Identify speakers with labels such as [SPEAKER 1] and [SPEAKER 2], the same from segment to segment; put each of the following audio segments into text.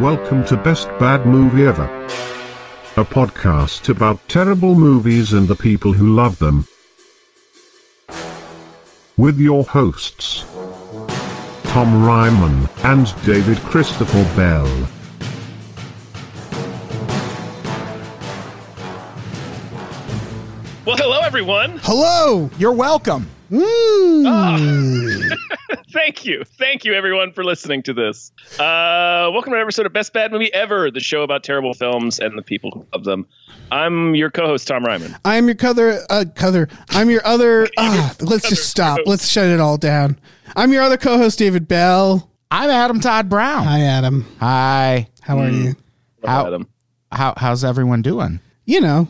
[SPEAKER 1] Welcome to Best Bad Movie Ever, a podcast about terrible movies and the people who love them. With your hosts, Tom Ryman and David Christopher Bell.
[SPEAKER 2] Well, hello, everyone.
[SPEAKER 3] Hello, you're welcome.
[SPEAKER 2] Thank you. Thank you, everyone, for listening to this. Uh, welcome to another episode of Best Bad Movie Ever, the show about terrible films and the people who love them. I'm your co host, Tom Ryman.
[SPEAKER 3] I'm your other, uh, cother. I'm your other. ah, let's just stop. Let's shut it all down. I'm your other co-host, David Bell.
[SPEAKER 4] I'm Adam Todd Brown.
[SPEAKER 3] Hi, Adam.
[SPEAKER 4] Hi. Hmm.
[SPEAKER 3] How are you?
[SPEAKER 4] How-
[SPEAKER 2] Adam.
[SPEAKER 4] How how's everyone doing?
[SPEAKER 3] You know,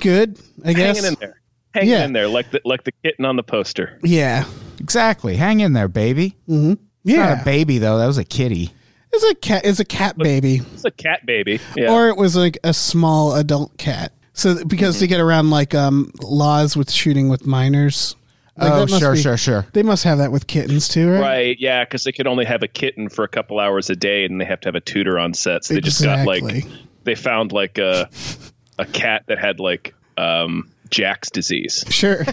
[SPEAKER 3] good. I guess.
[SPEAKER 2] Hanging in there. Hanging
[SPEAKER 3] Yeah.
[SPEAKER 2] in there like the, like the kitten on the poster.
[SPEAKER 3] Yeah.
[SPEAKER 4] Exactly. Hang in there, baby.
[SPEAKER 3] Yeah.
[SPEAKER 4] Not a baby though. That was a kitty.
[SPEAKER 3] it's a cat. It's a cat baby,
[SPEAKER 2] It's a cat baby. Yeah.
[SPEAKER 3] or it was like a small adult cat. So because
[SPEAKER 4] Hmm.
[SPEAKER 3] to get around like um laws with shooting with minors. Like,
[SPEAKER 4] oh,
[SPEAKER 3] that must
[SPEAKER 4] sure,
[SPEAKER 3] be-
[SPEAKER 4] sure, sure.
[SPEAKER 3] They must have that with kittens too, right?
[SPEAKER 2] right. Yeah. Because they could only have a kitten for a couple hours a day and they have to have a tutor on set. So they just got like,
[SPEAKER 3] Exactly.
[SPEAKER 2] they found like a, a cat that had like um, Jack's disease,
[SPEAKER 3] Sure.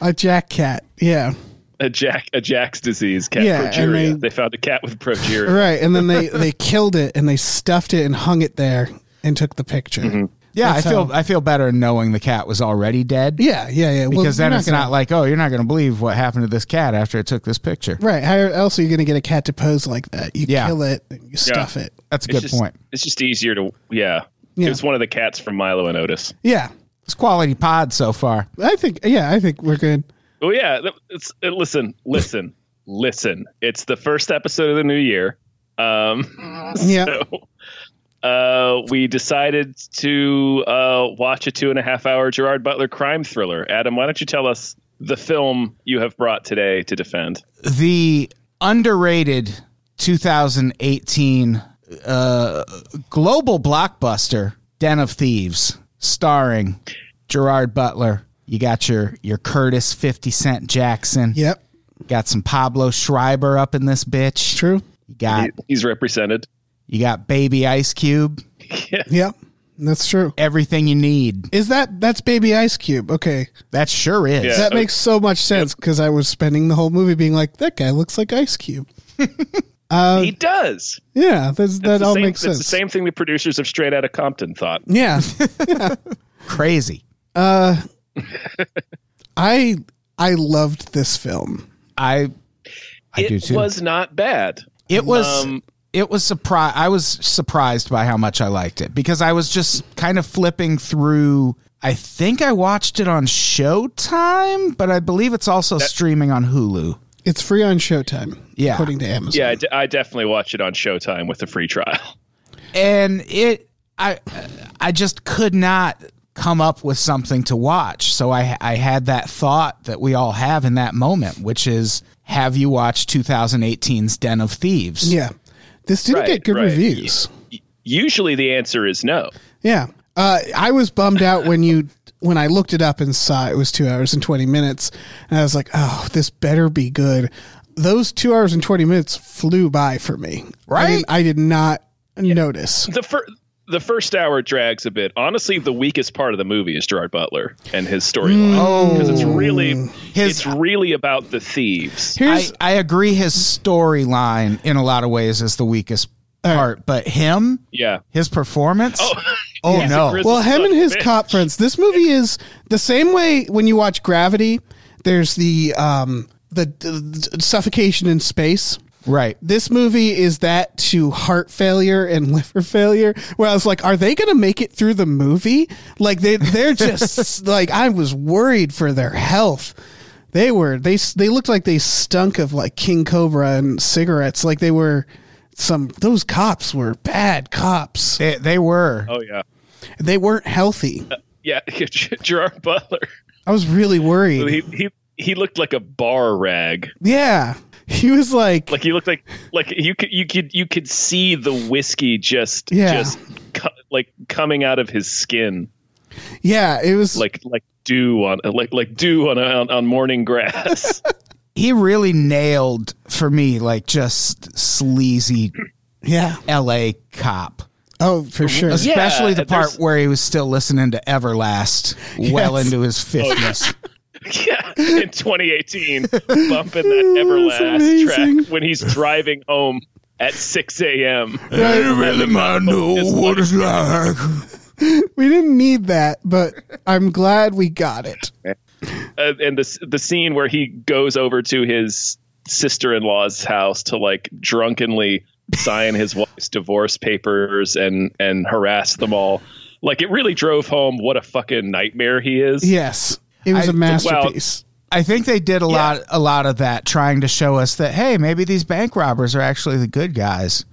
[SPEAKER 3] a jack cat. Yeah.
[SPEAKER 2] a Jack, a Jack's disease cat
[SPEAKER 3] Yeah, and
[SPEAKER 2] progeria.
[SPEAKER 3] they-
[SPEAKER 2] they found a cat with progeria.
[SPEAKER 3] Right, and then they they killed it and they stuffed it and hung it there and took the picture.
[SPEAKER 2] Mm-hmm.
[SPEAKER 4] Yeah,
[SPEAKER 3] That's
[SPEAKER 4] I feel
[SPEAKER 3] how-
[SPEAKER 4] I feel better knowing the cat was already dead.
[SPEAKER 3] Yeah, yeah, yeah. Well,
[SPEAKER 4] Because
[SPEAKER 3] you're
[SPEAKER 4] then it's
[SPEAKER 3] gonna-
[SPEAKER 4] not like, oh, you're not going to believe what happened to this cat after it took this picture.
[SPEAKER 3] right. How else are you going to get a cat to pose like that? You
[SPEAKER 4] Yeah.
[SPEAKER 3] kill it, and you stuff it.
[SPEAKER 4] That's a good
[SPEAKER 2] it's just,
[SPEAKER 4] point.
[SPEAKER 2] It's just easier to yeah.
[SPEAKER 3] Yeah.
[SPEAKER 2] It was one of the cats from Milo and Otis.
[SPEAKER 3] Yeah,
[SPEAKER 4] It's quality pod so far.
[SPEAKER 3] I think. Yeah, I think we're good.
[SPEAKER 2] Oh yeah, that- it's uh, listen, listen, listen. It's the first episode of the new year. Um,
[SPEAKER 3] Yeah.
[SPEAKER 2] So, uh, we decided to uh, watch a two and a half hour Gerard Butler crime thriller. Adam, why don't you tell us the film you have brought today to defend?
[SPEAKER 4] the underrated 2018 uh, global blockbuster Den of Thieves, starring Gerard Butler. You got your your Curtis 50 Cent Jackson.
[SPEAKER 3] Yep,
[SPEAKER 4] Got some Pablo Schreiber up in this bitch.
[SPEAKER 3] true.
[SPEAKER 4] You got
[SPEAKER 2] He's represented.
[SPEAKER 4] you got Baby Ice Cube.
[SPEAKER 3] Yep, that's true.
[SPEAKER 4] Everything you need.
[SPEAKER 3] Is that that's Baby Ice Cube? Okay,
[SPEAKER 4] That sure is.
[SPEAKER 2] Yeah.
[SPEAKER 3] that makes so much sense because I was spending the whole movie being like, that guy looks like Ice Cube.
[SPEAKER 2] he does.
[SPEAKER 3] Yeah, that's,
[SPEAKER 2] It's
[SPEAKER 3] Uh, that
[SPEAKER 2] the
[SPEAKER 3] all
[SPEAKER 2] same-
[SPEAKER 3] makes sense.
[SPEAKER 2] It's the same thing the producers of Straight Outta Compton thought.
[SPEAKER 3] Yeah,
[SPEAKER 4] Crazy.
[SPEAKER 3] I I loved this film.
[SPEAKER 4] I I
[SPEAKER 2] it
[SPEAKER 4] do too.
[SPEAKER 2] was not bad.
[SPEAKER 4] It was
[SPEAKER 2] Um,
[SPEAKER 4] it was surprised. I was surprised by how much I liked it because I was just kind of flipping through. I think I watched it on Showtime, but I believe it's also streaming on Hulu.
[SPEAKER 3] It's free on Showtime.
[SPEAKER 4] Yeah.
[SPEAKER 3] according to Amazon.
[SPEAKER 2] Yeah, I de- I definitely watch it on Showtime with a free trial.
[SPEAKER 4] And it, I, I just could not come up with something to watch. So I, I had that thought that we all have in that moment, which is, have you watched 2018's Den of Thieves?
[SPEAKER 3] Yeah. This didn't
[SPEAKER 2] Right,
[SPEAKER 3] get good
[SPEAKER 2] right.
[SPEAKER 3] reviews.
[SPEAKER 2] Usually the answer is no.
[SPEAKER 3] Yeah. Uh, I was bummed out when you when I looked it up and saw it was two hours and twenty minutes, and I was like, "Oh, this better be good." Those two hours and twenty minutes flew by for me. I,
[SPEAKER 4] Right?
[SPEAKER 3] didn't- I did not notice.
[SPEAKER 2] The fir- the first hour drags a bit. Honestly, the weakest part of the movie is Gerard Butler and his storyline because it's really
[SPEAKER 4] Mm. His-
[SPEAKER 2] it's really about the thieves.
[SPEAKER 4] I,
[SPEAKER 3] Here's
[SPEAKER 4] I agree his storyline in a lot of ways is the weakest part, but him,
[SPEAKER 2] Yeah.
[SPEAKER 4] his performance, oh, no.
[SPEAKER 2] grizzled-
[SPEAKER 3] well, him and his
[SPEAKER 2] bitch.
[SPEAKER 3] cop friends. This movie is the same way when you watch Gravity. There's the um the, the suffocation in space.
[SPEAKER 4] Right.
[SPEAKER 3] this movie is that to heart failure and liver failure where i was like are they gonna make it through the movie like they, they're just like i was worried for their health they were they they looked like they stunk of like king cobra and cigarettes like they were some those cops were bad cops
[SPEAKER 4] They, they were.
[SPEAKER 2] Oh yeah.
[SPEAKER 3] they weren't healthy
[SPEAKER 2] Yeah, Gerard Butler.
[SPEAKER 3] i was really worried
[SPEAKER 2] He he he looked like a bar rag.
[SPEAKER 3] yeah he was like
[SPEAKER 2] Like he looked like like you could you could you could see the whiskey just
[SPEAKER 3] Yeah.
[SPEAKER 2] just co- like coming out of his skin.
[SPEAKER 3] yeah it was
[SPEAKER 2] like like dew on like like dew on on, on morning grass.
[SPEAKER 4] He really nailed for me, like just sleazy
[SPEAKER 3] Yeah.
[SPEAKER 4] L.A. cop.
[SPEAKER 3] Oh, for sure.
[SPEAKER 2] Yeah,
[SPEAKER 4] Especially the part
[SPEAKER 2] there's-
[SPEAKER 4] where he was still listening to Everlast well
[SPEAKER 3] Yes.
[SPEAKER 4] into his 50s.
[SPEAKER 2] Yeah, in 2018, bumping that Everlast
[SPEAKER 3] amazing.
[SPEAKER 2] track when he's driving home at 6 a.m.
[SPEAKER 4] I really might know what it's like.
[SPEAKER 3] We didn't need that, but I'm glad we got it.
[SPEAKER 2] uh, and the the scene where he goes over to his sister in law's house to like drunkenly sign his wife's divorce papers and and harass them all. Like it really drove home what a fucking nightmare he is.
[SPEAKER 3] Yes. It was
[SPEAKER 4] I-
[SPEAKER 3] a masterpiece.
[SPEAKER 4] I think they did a lot a lot of that trying to show us that hey, maybe these bank robbers are actually the good guys.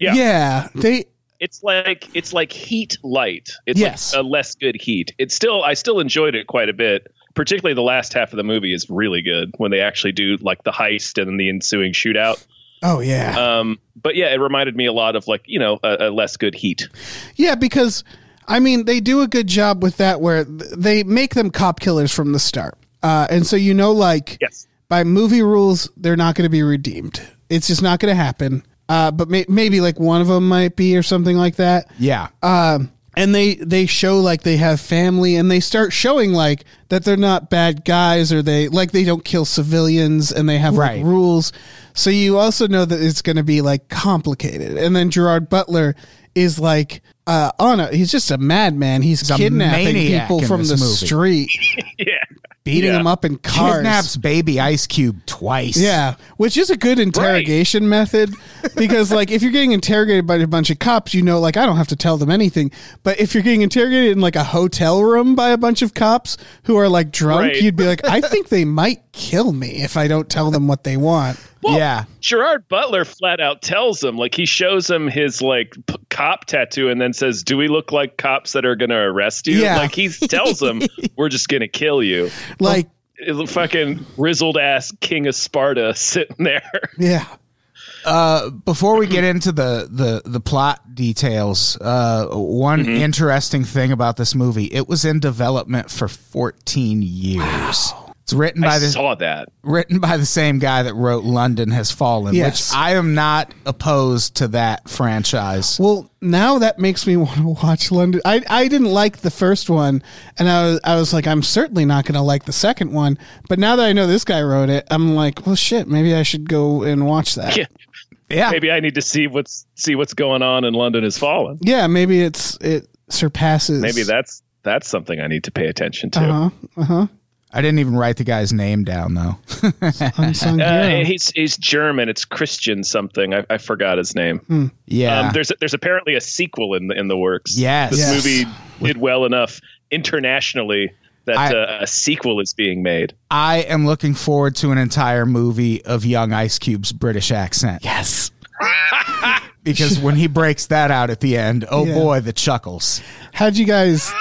[SPEAKER 2] Yeah.
[SPEAKER 3] yeah. They
[SPEAKER 2] It's like it's like heat light. It's
[SPEAKER 3] Yes.
[SPEAKER 2] like a less good heat. It's still I still enjoyed it quite a bit. Particularly the last half of the movie is really good when they actually do like the heist and then the ensuing shootout.
[SPEAKER 3] Oh yeah.
[SPEAKER 2] Um, but yeah, it reminded me a lot of like you know a, a less good heat.
[SPEAKER 3] Yeah, because I mean, they do a good job with that where th- they make them cop killers from the start. Uh, and so you know, like
[SPEAKER 2] Yes.
[SPEAKER 3] by movie rules, they're not going to be redeemed. It's just not going to happen. Uh, but may- maybe like one of them might be or something like that.
[SPEAKER 4] Yeah.
[SPEAKER 3] Um, and they they show like they have family, and they start showing like that they're not bad guys, or they like they don't kill civilians, and they have
[SPEAKER 4] Right.
[SPEAKER 3] like rules. So you also know that it's going to be like complicated. And then Gerard Butler is like uh, on a he's just a madman. He's,
[SPEAKER 4] a
[SPEAKER 3] kidnapping
[SPEAKER 4] maniac
[SPEAKER 3] people
[SPEAKER 4] in
[SPEAKER 3] from the
[SPEAKER 4] this movie.
[SPEAKER 3] street,
[SPEAKER 2] Yeah.
[SPEAKER 3] beating them up in cars.
[SPEAKER 4] Kidnaps baby Ice Cube twice.
[SPEAKER 3] Yeah, which is a good interrogation method because, like, if you're getting interrogated by a bunch of cops, you know, like, I don't have to tell them anything. But if you're getting interrogated in like a hotel room by a bunch of cops who are like drunk,
[SPEAKER 2] Right.
[SPEAKER 3] you'd be like, I think they might kill me if I don't tell them what they want.
[SPEAKER 4] yeah.
[SPEAKER 2] Gerard Butler flat out tells him, like, he shows him his, like, p- cop tattoo and then says, Do we look like cops that are going to arrest you?
[SPEAKER 3] Yeah.
[SPEAKER 2] Like, he tells him, We're just going to kill you.
[SPEAKER 3] Like,
[SPEAKER 2] It- fucking grizzled ass King of Sparta sitting there.
[SPEAKER 3] yeah.
[SPEAKER 4] before we get into the the the plot details, uh, one
[SPEAKER 2] Mm-hmm.
[SPEAKER 4] interesting thing about this movie, it was in development for 14 years. It's written by
[SPEAKER 2] I
[SPEAKER 4] the
[SPEAKER 2] saw that.
[SPEAKER 4] written by the same guy that wrote London Has Fallen,
[SPEAKER 3] Yes.
[SPEAKER 4] which I am not opposed to that franchise.
[SPEAKER 3] Well, now that makes me want to watch London. I, I didn't like the first one, and I was, I was like, I'm certainly not going to like the second one. But now that I know this guy wrote it, I'm like, well, shit, maybe I should go and watch that.
[SPEAKER 2] Yeah.
[SPEAKER 4] Yeah.
[SPEAKER 2] Maybe I need to see what's see what's going on in London has fallen.
[SPEAKER 3] Yeah, maybe it's it surpasses.
[SPEAKER 2] Maybe that's that's something I need to pay attention to.
[SPEAKER 4] Uh-huh.
[SPEAKER 3] Uh huh. Uh huh.
[SPEAKER 4] I didn't even write the guy's name down though.
[SPEAKER 3] Unsung
[SPEAKER 2] Uh,
[SPEAKER 3] hero.
[SPEAKER 2] He's he's German. It's Christian something. I, I forgot his name.
[SPEAKER 4] yeah.
[SPEAKER 2] Um, there's there's apparently a sequel in the in the works.
[SPEAKER 4] Yes.
[SPEAKER 2] this
[SPEAKER 4] Yes.
[SPEAKER 2] movie did well enough internationally that
[SPEAKER 4] I-
[SPEAKER 2] uh, a sequel is being made.
[SPEAKER 4] I am looking forward to an entire movie of young Ice Cube's British accent.
[SPEAKER 3] yes.
[SPEAKER 4] Because when he breaks that out at the end, oh
[SPEAKER 3] Yeah.
[SPEAKER 4] boy, the chuckles.
[SPEAKER 3] How'd you guys?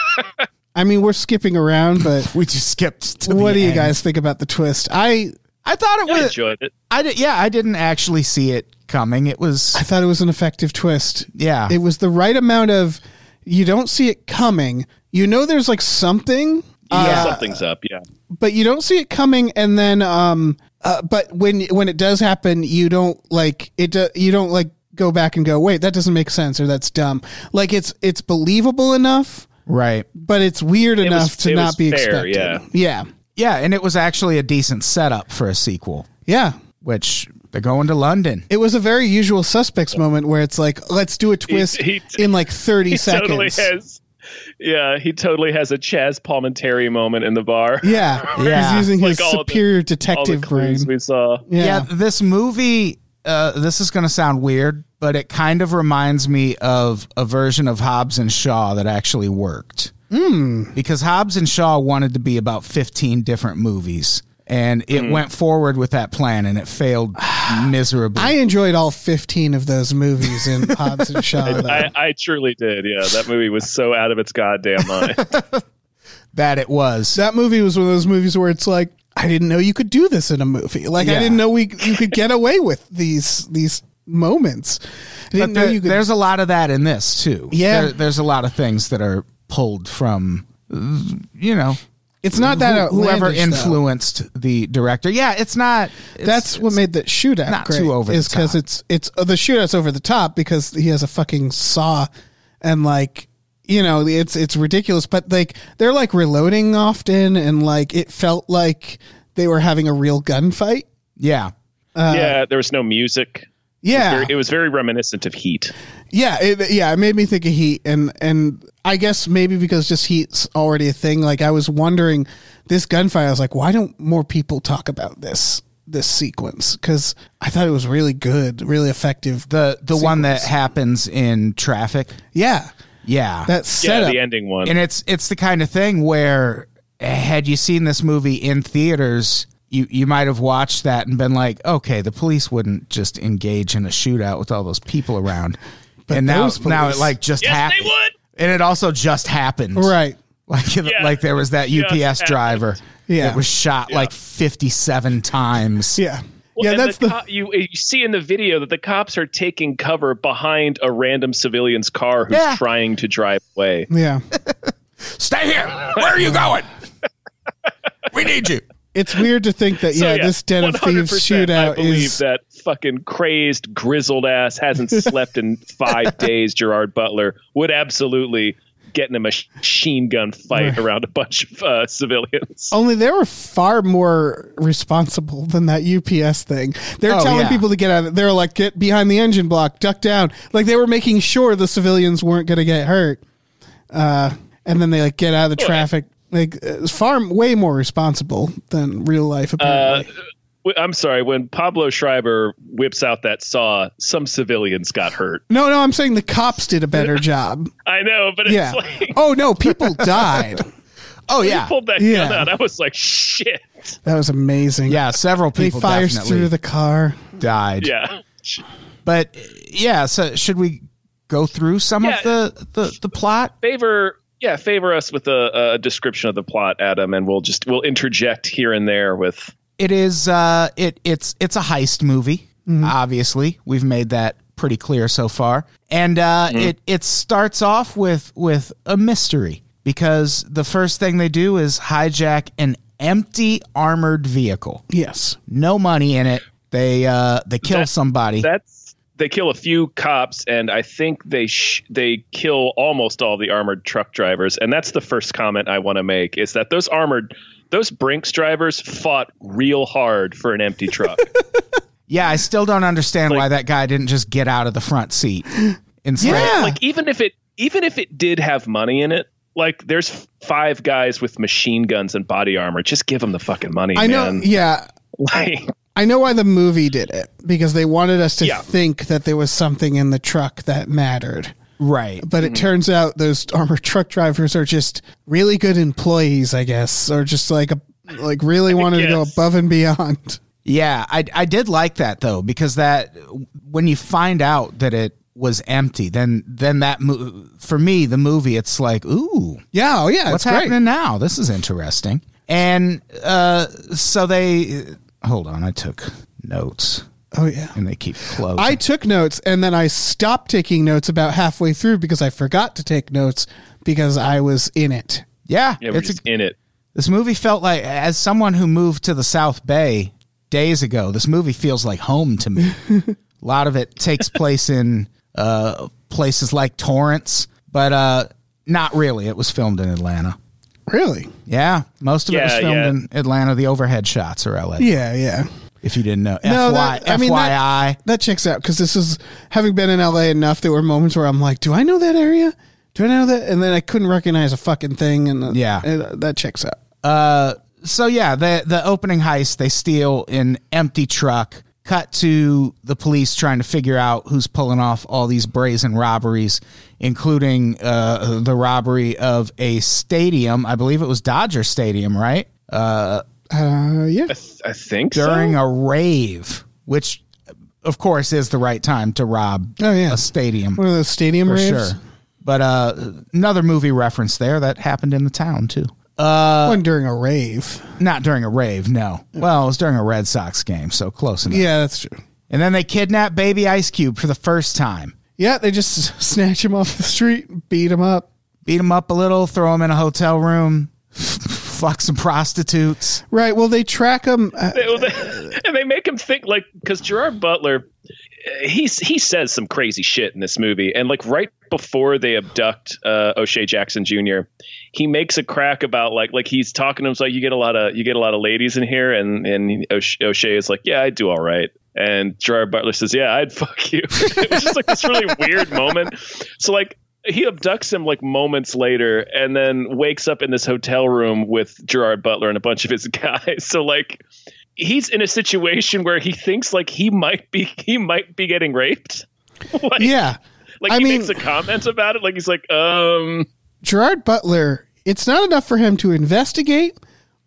[SPEAKER 3] I mean, we're skipping around, but
[SPEAKER 4] We just skipped to the
[SPEAKER 3] what do you
[SPEAKER 4] end.
[SPEAKER 3] guys think about the twist? I
[SPEAKER 4] I thought it
[SPEAKER 2] I
[SPEAKER 4] was
[SPEAKER 2] enjoyed it.
[SPEAKER 4] I did, yeah, I didn't actually see it coming. It was
[SPEAKER 3] I thought it was an effective twist.
[SPEAKER 4] yeah.
[SPEAKER 3] It was the right amount of. You don't see it coming. You know, there's like something. uh,
[SPEAKER 4] Yeah.
[SPEAKER 2] Something's up. Yeah,
[SPEAKER 3] but you don't see it coming and then um uh, but when when it does happen you don't like it do, you don't like go back and go wait that doesn't make sense or that's dumb like it's it's believable enough
[SPEAKER 4] right.
[SPEAKER 3] but it's weird
[SPEAKER 2] was-
[SPEAKER 3] enough to
[SPEAKER 2] it was
[SPEAKER 3] not be
[SPEAKER 2] fair,
[SPEAKER 3] expected
[SPEAKER 2] yeah.
[SPEAKER 3] yeah
[SPEAKER 4] Yeah, and it was actually a decent setup for a sequel,
[SPEAKER 3] yeah
[SPEAKER 4] which they're going to London.
[SPEAKER 3] it was a very usual suspects moment where it's like let's do a twist
[SPEAKER 2] he-
[SPEAKER 3] in like 30
[SPEAKER 2] he
[SPEAKER 3] seconds
[SPEAKER 2] totally has. Yeah, he totally has a Chaz Palminteri moment in the bar.
[SPEAKER 3] yeah
[SPEAKER 4] Yeah.
[SPEAKER 3] he's using
[SPEAKER 2] Like
[SPEAKER 3] his
[SPEAKER 2] all the-
[SPEAKER 3] superior
[SPEAKER 2] all the
[SPEAKER 3] detective brain
[SPEAKER 2] clues we saw.
[SPEAKER 4] yeah, this movie uh, this is going to sound weird but it kind of reminds me of a version of hobbs and shaw that actually worked
[SPEAKER 3] Hmm.
[SPEAKER 4] mm. because hobbs and shaw wanted to be about 15 different movies and it went forward with that plan and it failed miserably
[SPEAKER 3] I enjoyed all 15 of those movies in Hobbs and Shaw. though.
[SPEAKER 2] I, I truly did. Yeah, that movie was so out of its goddamn mind.
[SPEAKER 4] that it was
[SPEAKER 3] that movie was one of those movies where it's like I didn't know you could do this in a movie. Like I
[SPEAKER 4] Yeah.
[SPEAKER 3] didn't know we you could get away with these these moments. I
[SPEAKER 4] but
[SPEAKER 3] didn't know
[SPEAKER 4] there-
[SPEAKER 3] you could.
[SPEAKER 4] there's a lot of that in this too
[SPEAKER 3] Yeah.
[SPEAKER 4] There- there's a lot of things that are pulled from you know
[SPEAKER 3] It's not that
[SPEAKER 4] Who- whoever
[SPEAKER 3] outlandish, though.
[SPEAKER 4] influenced the director. Yeah, it's not. it's-
[SPEAKER 3] That's what made the shootout
[SPEAKER 4] not
[SPEAKER 3] great.
[SPEAKER 4] too over the
[SPEAKER 3] is because
[SPEAKER 4] top.
[SPEAKER 3] it's it's uh, the shootout's over the top because he has a fucking saw, and like you know it's it's ridiculous. But like they're like reloading often, and like it felt like they were having a real gunfight.
[SPEAKER 4] yeah.
[SPEAKER 3] Uh,
[SPEAKER 2] yeah, there was no music.
[SPEAKER 3] Yeah,
[SPEAKER 2] Very- It was very reminiscent of Heat.
[SPEAKER 3] Yeah, it, yeah, it made me think of Heat, and and I guess maybe because just Heat's already a thing. Like I was wondering, this gunfight, I was like, why don't more people talk about this this sequence? Because I thought it was really good, really effective.
[SPEAKER 4] The the one that happens in traffic.
[SPEAKER 3] yeah,
[SPEAKER 4] Yeah.
[SPEAKER 3] that
[SPEAKER 2] Yeah,
[SPEAKER 3] setup.
[SPEAKER 2] the ending one.
[SPEAKER 4] and it's it's the kind of thing where had you seen this movie in theaters you you might have watched that and been like okay the police wouldn't just engage in a shootout with all those people around and now
[SPEAKER 3] those
[SPEAKER 4] now
[SPEAKER 3] police-
[SPEAKER 4] it like just
[SPEAKER 2] Yes, they
[SPEAKER 4] happened
[SPEAKER 2] would!
[SPEAKER 4] and it also just happened
[SPEAKER 3] right.
[SPEAKER 4] like like there was that UPS
[SPEAKER 2] happened.
[SPEAKER 4] driver
[SPEAKER 3] Yeah.
[SPEAKER 4] that was shot like 57 times
[SPEAKER 3] Yeah,
[SPEAKER 2] Well,
[SPEAKER 3] yeah.
[SPEAKER 2] and
[SPEAKER 3] That's
[SPEAKER 2] the,
[SPEAKER 3] the,
[SPEAKER 2] co- you, you see in the video that the cops are taking cover behind a random civilian's car who's
[SPEAKER 4] Yeah.
[SPEAKER 2] trying to drive away.
[SPEAKER 3] yeah.
[SPEAKER 4] stay here where are you going we need you
[SPEAKER 3] It's weird to think that
[SPEAKER 2] So,
[SPEAKER 3] yeah, this Den of Thieves
[SPEAKER 2] 100% I
[SPEAKER 3] shootout
[SPEAKER 2] believe
[SPEAKER 3] is
[SPEAKER 2] that fucking crazed, grizzled ass hasn't slept in five days. Gerard Butler would absolutely get in a mach- machine gun fight around a bunch of uh, civilians.
[SPEAKER 3] Only they were far more responsible than that UPS thing. They're
[SPEAKER 4] Oh,
[SPEAKER 3] telling
[SPEAKER 4] yeah.
[SPEAKER 3] people to get out. of They're like, get behind the engine block, duck down. Like they were making sure the civilians weren't going to get hurt. Uh, and then they like get out of the traffic. Like it's far way more responsible than real life.
[SPEAKER 2] Uh,
[SPEAKER 3] Apparently,
[SPEAKER 2] W- I'm sorry. When Pablo Schreiber whips out that saw, some civilians got hurt.
[SPEAKER 3] no, no, I'm saying the cops did a better job.
[SPEAKER 2] I know, but it's
[SPEAKER 3] Yeah.
[SPEAKER 2] like
[SPEAKER 3] Oh no, people died.
[SPEAKER 4] oh yeah
[SPEAKER 2] pulled that
[SPEAKER 3] Yeah.
[SPEAKER 2] gun out. I was like, shit.
[SPEAKER 3] That was amazing.
[SPEAKER 4] yeah several
[SPEAKER 3] He
[SPEAKER 4] people
[SPEAKER 3] fires
[SPEAKER 4] definitely
[SPEAKER 3] through the car.
[SPEAKER 4] died
[SPEAKER 2] Yeah.
[SPEAKER 4] But yeah, so should we go through some
[SPEAKER 2] Yeah.
[SPEAKER 4] of the, the the plot?
[SPEAKER 2] favor yeah favor us with a, a description of the plot adam and we'll just we'll interject here and there with
[SPEAKER 4] It is uh it it's it's a heist movie.
[SPEAKER 3] Mm-hmm.
[SPEAKER 4] Obviously, we've made that pretty clear so far. And uh
[SPEAKER 2] Mm-hmm.
[SPEAKER 4] it it starts off with with a mystery because the first thing they do is hijack an empty armored vehicle.
[SPEAKER 3] Yes.
[SPEAKER 4] No money in it. They uh they kill somebody.
[SPEAKER 2] that's they kill a few cops and i think they sh- they kill almost all the armored truck drivers and that's the first comment i want to make is that those armored those brinks drivers fought real hard for an empty truck
[SPEAKER 4] yeah, I still don't understand why that guy didn't just get out of the front seat instead.
[SPEAKER 3] Yeah.
[SPEAKER 2] like even if it even if it did have money in it like there's five guys with machine guns and body armor just give them the fucking money
[SPEAKER 3] I know.
[SPEAKER 2] man.
[SPEAKER 3] Yeah.
[SPEAKER 2] like
[SPEAKER 3] I know why the movie did it because they wanted us to
[SPEAKER 2] Yeah.
[SPEAKER 3] think that there was something in the truck that mattered.
[SPEAKER 4] Right.
[SPEAKER 3] But it turns out those armored truck drivers are just really good employees, I guess, or just like a, like really wanted to go
[SPEAKER 2] guess.
[SPEAKER 3] above and beyond.
[SPEAKER 4] Yeah, I I did like that though because that when you find out that it was empty, then then that mo- for me the movie it's like ooh
[SPEAKER 3] Yeah, oh yeah,
[SPEAKER 4] what's
[SPEAKER 3] it's
[SPEAKER 4] happening now? This is interesting. And uh, so they hold on, I took notes
[SPEAKER 3] great. Oh yeah.
[SPEAKER 4] and they keep closing.
[SPEAKER 3] I took notes and then I stopped taking notes about halfway through because I forgot to take notes because I was in it.
[SPEAKER 4] yeah,
[SPEAKER 2] yeah we're
[SPEAKER 4] it's a,
[SPEAKER 2] just in it
[SPEAKER 4] this movie felt like as someone who moved to the South Bay days ago, this movie feels like home to me. a lot of it takes place in uh, places like Torrance, but uh, not really. It was filmed in Atlanta.
[SPEAKER 3] Really?
[SPEAKER 4] Yeah, most of it was
[SPEAKER 2] Yeah,
[SPEAKER 4] filmed
[SPEAKER 2] yeah.
[SPEAKER 4] in Atlanta. The overhead shots are LA.
[SPEAKER 3] Yeah, yeah.
[SPEAKER 4] If you didn't know,
[SPEAKER 3] No,
[SPEAKER 4] FY,
[SPEAKER 3] that, I mean
[SPEAKER 4] FYI.
[SPEAKER 3] that, that checks out because this is having been in LA enough. There were moments where I'm like, "Do I know that area? Do I know that?" And then I couldn't recognize a fucking thing, and uh,
[SPEAKER 4] Yeah.
[SPEAKER 3] it- that checks out.
[SPEAKER 4] so yeah, the the opening heist, they steal an empty truck. Cut to the police trying to figure out who's pulling off all these brazen robberies, including uh, the robbery of a stadium. I believe it was Dodger Stadium, right? Uh,
[SPEAKER 3] Uh, yeah,
[SPEAKER 2] I, th- I think
[SPEAKER 4] during
[SPEAKER 2] so.
[SPEAKER 4] a rave, which of course is the right time to rob
[SPEAKER 3] Oh, yeah.
[SPEAKER 4] a stadium
[SPEAKER 3] one of those stadium
[SPEAKER 4] for
[SPEAKER 3] raves.
[SPEAKER 4] sure. But uh, another movie reference there that happened in the town too.
[SPEAKER 3] one during a rave.
[SPEAKER 4] Not during a rave, no. Well, it was during a Red Sox game, so close enough.
[SPEAKER 3] Yeah, that's true.
[SPEAKER 4] And then they kidnap baby Ice Cube for the first time.
[SPEAKER 3] Yeah, they just snatch him off the street, beat him up.
[SPEAKER 4] Beat him up a little, throw him in a hotel room, f- fuck some prostitutes.
[SPEAKER 3] Right. Well, they track him. Uh,
[SPEAKER 2] and they make him think like because Gerard Butler, he he says some crazy shit in this movie, and like right before they abduct uh, O'Shea Jackson Jr., he makes a crack about like like he's talking to him like you get a lot of you get a lot of ladies in here, and and O'Shea, O'Shea is like yeah I do all right, and Gerard Butler says yeah I'd fuck you. it was just like this really weird moment. So like he abducts him like moments later and then wakes up in this hotel room with Gerard Butler and a bunch of his guys. So like he's in a situation where he thinks like he might be he might be getting raped. like,
[SPEAKER 3] yeah.
[SPEAKER 2] Like
[SPEAKER 3] I
[SPEAKER 2] he
[SPEAKER 3] mean-
[SPEAKER 2] makes a comment about it. Like he's like, um
[SPEAKER 3] Gerard Butler, it's not enough for him to investigate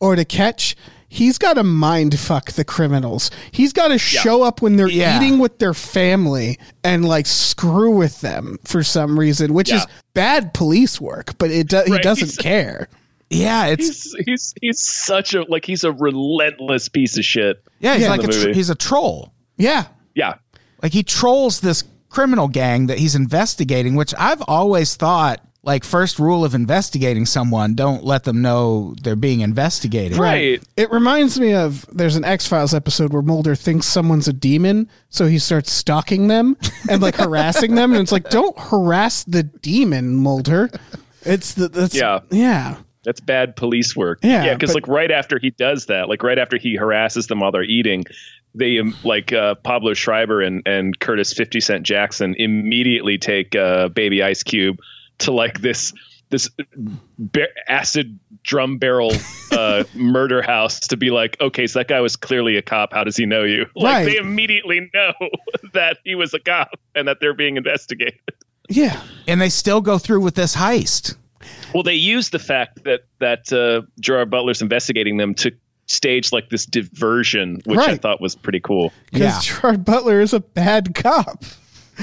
[SPEAKER 3] or to catch. He's got to mind fuck the criminals. He's got to show up when they're
[SPEAKER 4] Yeah.
[SPEAKER 3] eating with their family and like screw with them for some reason, which is
[SPEAKER 2] Yeah.
[SPEAKER 3] bad police work. But it do- he
[SPEAKER 2] Right.
[SPEAKER 3] doesn't
[SPEAKER 2] He's-
[SPEAKER 3] care.
[SPEAKER 4] Yeah, it's
[SPEAKER 2] he's he's he's such a like he's a relentless piece of shit.
[SPEAKER 4] yeah, he's
[SPEAKER 3] yeah,
[SPEAKER 4] like
[SPEAKER 2] the
[SPEAKER 4] a tr-
[SPEAKER 2] movie.
[SPEAKER 4] he's a troll.
[SPEAKER 3] Yeah,
[SPEAKER 2] Yeah.
[SPEAKER 4] Like he trolls this criminal gang that he's investigating, which I've always thought like first rule of investigating someone, don't let them know they're being investigated.
[SPEAKER 2] Right.
[SPEAKER 3] It reminds me of there's an X Files episode where Mulder thinks someone's a demon, so he starts stalking them and like harassing them, and it's like, don't harass the demon, Mulder. It's the that's,
[SPEAKER 2] Yeah.
[SPEAKER 3] yeah
[SPEAKER 2] That's bad police work.
[SPEAKER 3] Yeah,
[SPEAKER 2] because
[SPEAKER 3] but-
[SPEAKER 2] like right after he does that, like right after he harasses them while they're eating, they um, like uh, Pablo Schreiber and and Curtis Fifty Cent Jackson immediately take uh, Baby Ice Cube to like this this ba- acid drum barrel uh, murder house to be like, okay, so that guy was clearly a cop. How does he know you? Like
[SPEAKER 3] Right.
[SPEAKER 2] they immediately know that he was a cop and that they're being investigated.
[SPEAKER 3] yeah.
[SPEAKER 4] And they still go through with this heist.
[SPEAKER 2] Well, they use the fact that that uh, Gerard Butler's investigating them to stage like this diversion, which I
[SPEAKER 3] Right.
[SPEAKER 2] thought was pretty cool.
[SPEAKER 4] Yeah.
[SPEAKER 3] Because Gerard Butler is a bad cop.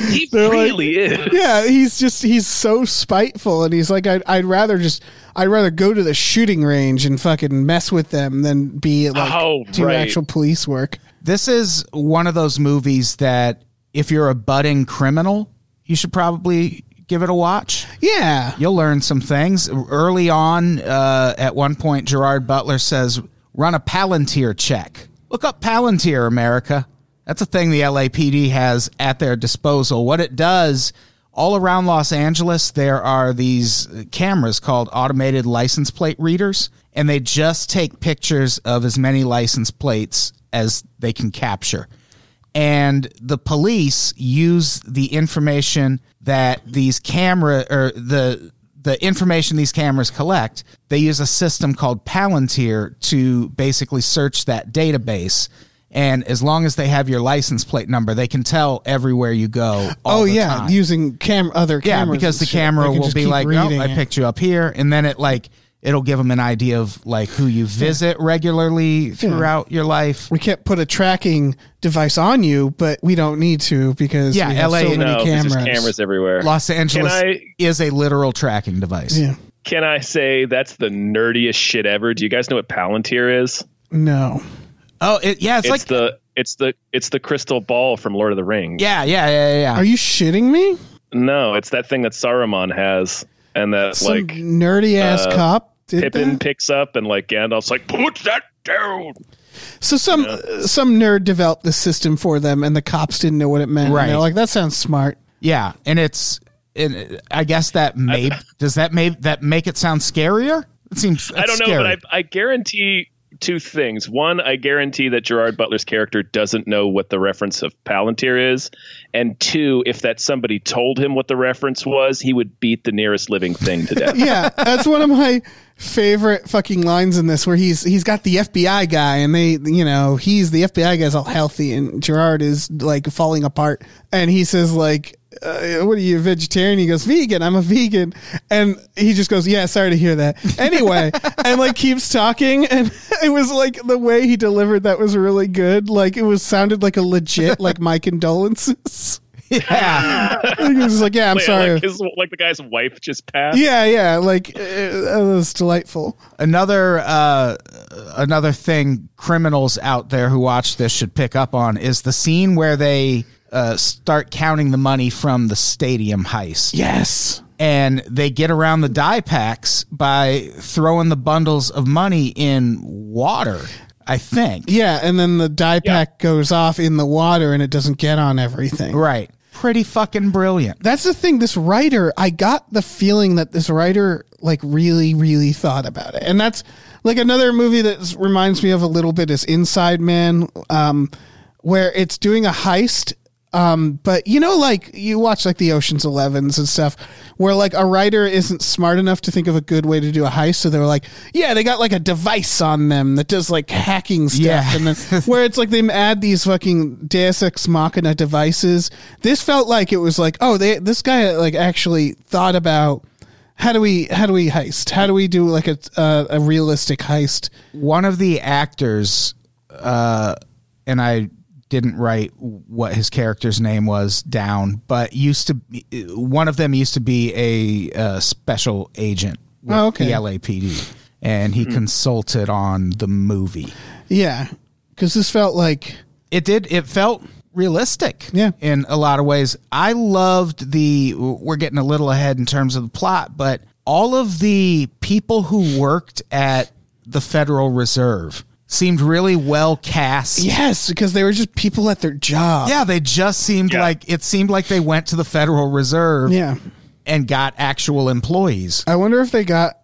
[SPEAKER 2] He
[SPEAKER 3] They're like-
[SPEAKER 2] really is.
[SPEAKER 3] Yeah, he's just he's so spiteful, and he's like, I'd, I'd rather just I'd rather go to the shooting range and fucking mess with them than be like
[SPEAKER 2] Oh,
[SPEAKER 3] do
[SPEAKER 2] right.
[SPEAKER 3] actual police work.
[SPEAKER 4] This is one of those movies that if you're a budding criminal, you should probably give it a watch.
[SPEAKER 3] Yeah,
[SPEAKER 4] You'll learn some things. Early on, uh, at one point, Gerard Butler says, run a Palantir check. Look up Palantir, America. That's a thing the LAPD has at their disposal. What it does, all around Los Angeles, there are these cameras called automated license plate readers, and they just take pictures of as many license plates as they can capture and the police use the information that these camera or the the information these cameras collect they use a system called palantir to basically search that database and as long as they have your license plate number they can tell everywhere you go all
[SPEAKER 3] oh
[SPEAKER 4] the
[SPEAKER 3] yeah,
[SPEAKER 4] time.
[SPEAKER 3] using cam other
[SPEAKER 4] Yeah,
[SPEAKER 3] cameras
[SPEAKER 4] because
[SPEAKER 3] and
[SPEAKER 4] the
[SPEAKER 3] shit. They
[SPEAKER 4] camera
[SPEAKER 3] can
[SPEAKER 4] will
[SPEAKER 3] just
[SPEAKER 4] be
[SPEAKER 3] keep
[SPEAKER 4] like, "Nope,
[SPEAKER 3] reading
[SPEAKER 4] I
[SPEAKER 3] it."
[SPEAKER 4] picked you up here," and then it like it'll give them an idea of like who you visit regularly throughout your life.
[SPEAKER 3] We can't put a tracking device on you, but we don't need to because
[SPEAKER 4] Yeah,
[SPEAKER 3] we have
[SPEAKER 4] LA
[SPEAKER 3] so many
[SPEAKER 2] No, there's
[SPEAKER 3] cameras.
[SPEAKER 2] just cameras everywhere.
[SPEAKER 4] Los Angeles
[SPEAKER 2] I-
[SPEAKER 4] is a literal tracking device.
[SPEAKER 3] Yeah,
[SPEAKER 2] Can I say that's the nerdiest shit ever? Do you guys know what Palantir is?
[SPEAKER 3] no,
[SPEAKER 4] Oh, it, yeah, it's,
[SPEAKER 2] It's,
[SPEAKER 4] like
[SPEAKER 2] the it's the it's the crystal ball from Lord of the Rings.
[SPEAKER 4] yeah, yeah, yeah, yeah, yeah.
[SPEAKER 3] are you shitting me?
[SPEAKER 2] No, it's that thing that Saruman has, and that
[SPEAKER 3] Some
[SPEAKER 2] like uh,
[SPEAKER 3] nerdy ass cop. Did
[SPEAKER 2] Pippin
[SPEAKER 3] that?
[SPEAKER 2] picks up, and like Gandalf's like, put that down.
[SPEAKER 3] So some some nerd developed this system for them, and the cops didn't know what it meant. And
[SPEAKER 4] Right.
[SPEAKER 3] they're like that sounds smart.
[SPEAKER 4] yeah, and it's and I guess that may does that may that make it sound scarier? It seems
[SPEAKER 2] I don't know,
[SPEAKER 4] scary.
[SPEAKER 2] but I, I guarantee two things. One, I guarantee that Gerard Butler's character doesn't know what the reference of Palantir is. And two, if that somebody told him what the reference was, he would beat the nearest living thing to death.
[SPEAKER 3] Yeah, that's one of my favorite fucking lines in this, where he's he's got the FBI guy, and they you know he's the FBI guy's all healthy, and Gerard is like falling apart, and he says like. Uh, what are you a vegetarian? He goes vegan. I'm a vegan, and he just goes, "Yeah, sorry to hear that." Anyway, and like keeps talking, and it was like the way he delivered that was really good. Like it was sounded like a legit like my condolences.
[SPEAKER 4] yeah,
[SPEAKER 3] He was just like, "Yeah, I'm
[SPEAKER 2] Like-
[SPEAKER 3] sorry."
[SPEAKER 2] Like, his, like the guy's wife just passed.
[SPEAKER 3] Yeah, yeah, like uh, that was delightful.
[SPEAKER 4] another uh, another thing criminals out there who watch this should pick up on is the scene where they uh, start counting the money from the stadium heist.
[SPEAKER 3] Yes,
[SPEAKER 4] and they get around the die packs by throwing the bundles of money in water. I think
[SPEAKER 3] Yeah, and then the die pack goes off in the water and it doesn't get on everything.
[SPEAKER 4] right. Pretty fucking brilliant.
[SPEAKER 3] That's the thing. This writer, I got the feeling that this writer like really, really thought about it, and that's like another movie that reminds me of a little bit is Inside Man, um, where it's doing a heist. Um, but you know, like you watch like the Ocean's Elevens and stuff, where like a writer isn't smart enough to think of a good way to do a heist, so they're like, yeah, they got like a device on them that does like hacking stuff,
[SPEAKER 4] Yeah.
[SPEAKER 3] and then where it's like they add these fucking Deus Ex Machina devices. This felt like it was like, oh, they this guy like actually thought about how do we how do we heist? How do we do like a uh, a realistic heist?
[SPEAKER 4] one of the actors uh and i didn't write what his character's name was down but used to be, one of them used to be a, uh special agent with
[SPEAKER 3] Oh, okay. Hmm.
[SPEAKER 4] the lapd and he consulted on the movie
[SPEAKER 3] Yeah, because this felt like
[SPEAKER 4] it did it felt realistic
[SPEAKER 3] Yeah.
[SPEAKER 4] in a lot of ways i loved the we're getting a little ahead in terms of the plot but all of the people who worked at the federal reserve seemed really well cast
[SPEAKER 3] yes, because they were just people at their job.
[SPEAKER 4] Yeah, they just seemed
[SPEAKER 2] Yeah.
[SPEAKER 4] like it seemed like they went to the federal reserve
[SPEAKER 3] yeah.
[SPEAKER 4] and got actual employees
[SPEAKER 3] I wonder if they got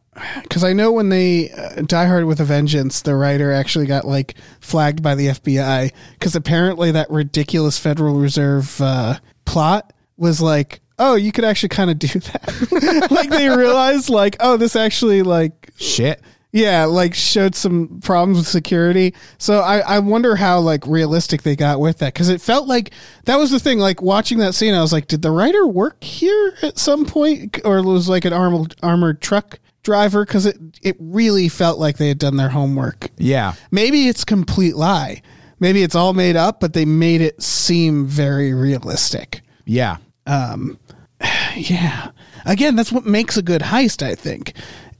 [SPEAKER 3] because I know when they uh, Die Hard with a Vengeance, the writer actually got like flagged by the FBI because apparently that ridiculous Federal Reserve uh, plot was like, oh, you could actually kind of do that. like they realized, like, oh, this actually like
[SPEAKER 4] shit
[SPEAKER 3] yeah, like showed some problems with security. So I, I wonder how like realistic they got with that because it felt like that was the thing. Like watching that scene, I was like, did the writer work here at some point, or was like an armored armored truck driver? Because it it really felt like they had done their homework.
[SPEAKER 4] yeah
[SPEAKER 3] Maybe it's complete lie. Maybe it's all made up, but they made it seem very realistic.
[SPEAKER 4] yeah
[SPEAKER 3] Yeah. Again, that's what makes a good heist. I think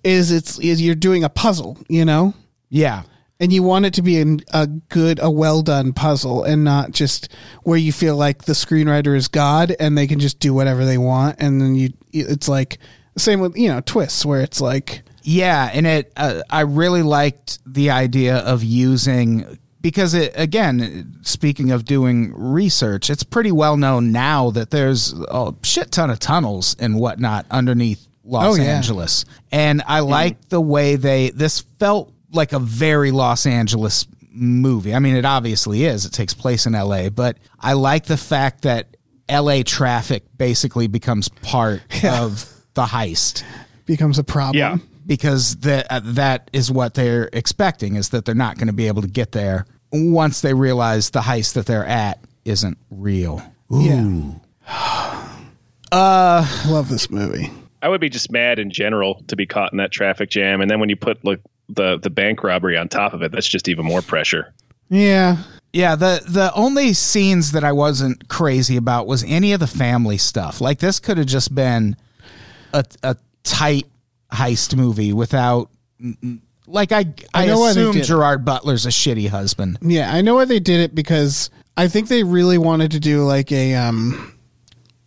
[SPEAKER 3] is it's is you're doing a puzzle. You know.
[SPEAKER 4] yeah
[SPEAKER 3] and you want it to be an, a good, a well done puzzle, and not just where you feel like the screenwriter is God and they can just do whatever they want, and then you, it's like same with you know twists where it's like
[SPEAKER 4] Yeah, and it uh, I really liked the idea of using because it again speaking of doing research, it's pretty well known now that there's a shit ton of tunnels and whatnot underneath Los
[SPEAKER 3] Oh, yeah.
[SPEAKER 4] Angeles, and I liked the way they this felt like a very Los Angeles movie. I mean, it obviously is. It takes place in L.A., but I like the fact that L.A. traffic basically becomes part of the heist
[SPEAKER 3] becomes a problem.
[SPEAKER 2] Yeah.
[SPEAKER 4] because that uh, that is what they're expecting is that they're not going to be able to get there once they realize the heist that they're at isn't real.
[SPEAKER 3] yeah. Uh, love this movie.
[SPEAKER 2] I would be just mad in general to be caught in that traffic jam, and then when you put like the the bank robbery on top of it, that's just even more pressure.
[SPEAKER 3] Yeah,
[SPEAKER 4] Yeah, the the only scenes that I wasn't crazy about was any of the family stuff. Like this could have just been a a tight heist movie without like I I,
[SPEAKER 3] I know why they
[SPEAKER 4] assume
[SPEAKER 3] did it.
[SPEAKER 4] Gerard Butler's a shitty husband.
[SPEAKER 3] yeah. I know why they did it because I think they really wanted to do like a um,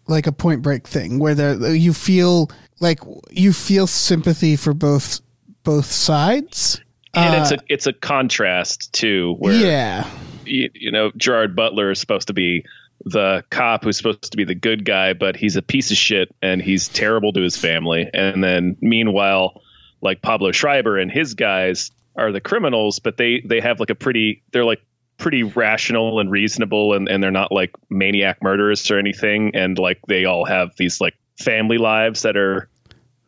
[SPEAKER 3] like a Point Break thing where there you feel like you feel sympathy for both both sides.
[SPEAKER 2] And it's a it's a contrast too, where
[SPEAKER 3] Uh, yeah.
[SPEAKER 2] you, you know Gerard Butler is supposed to be the cop who's supposed to be the good guy, but he's a piece of shit and he's terrible to his family. And then meanwhile, like Pablo Schreiber and his guys are the criminals, but they they have like a pretty they're like pretty rational and reasonable and, and they're not like maniac murderers or anything and like they all have these like family lives that are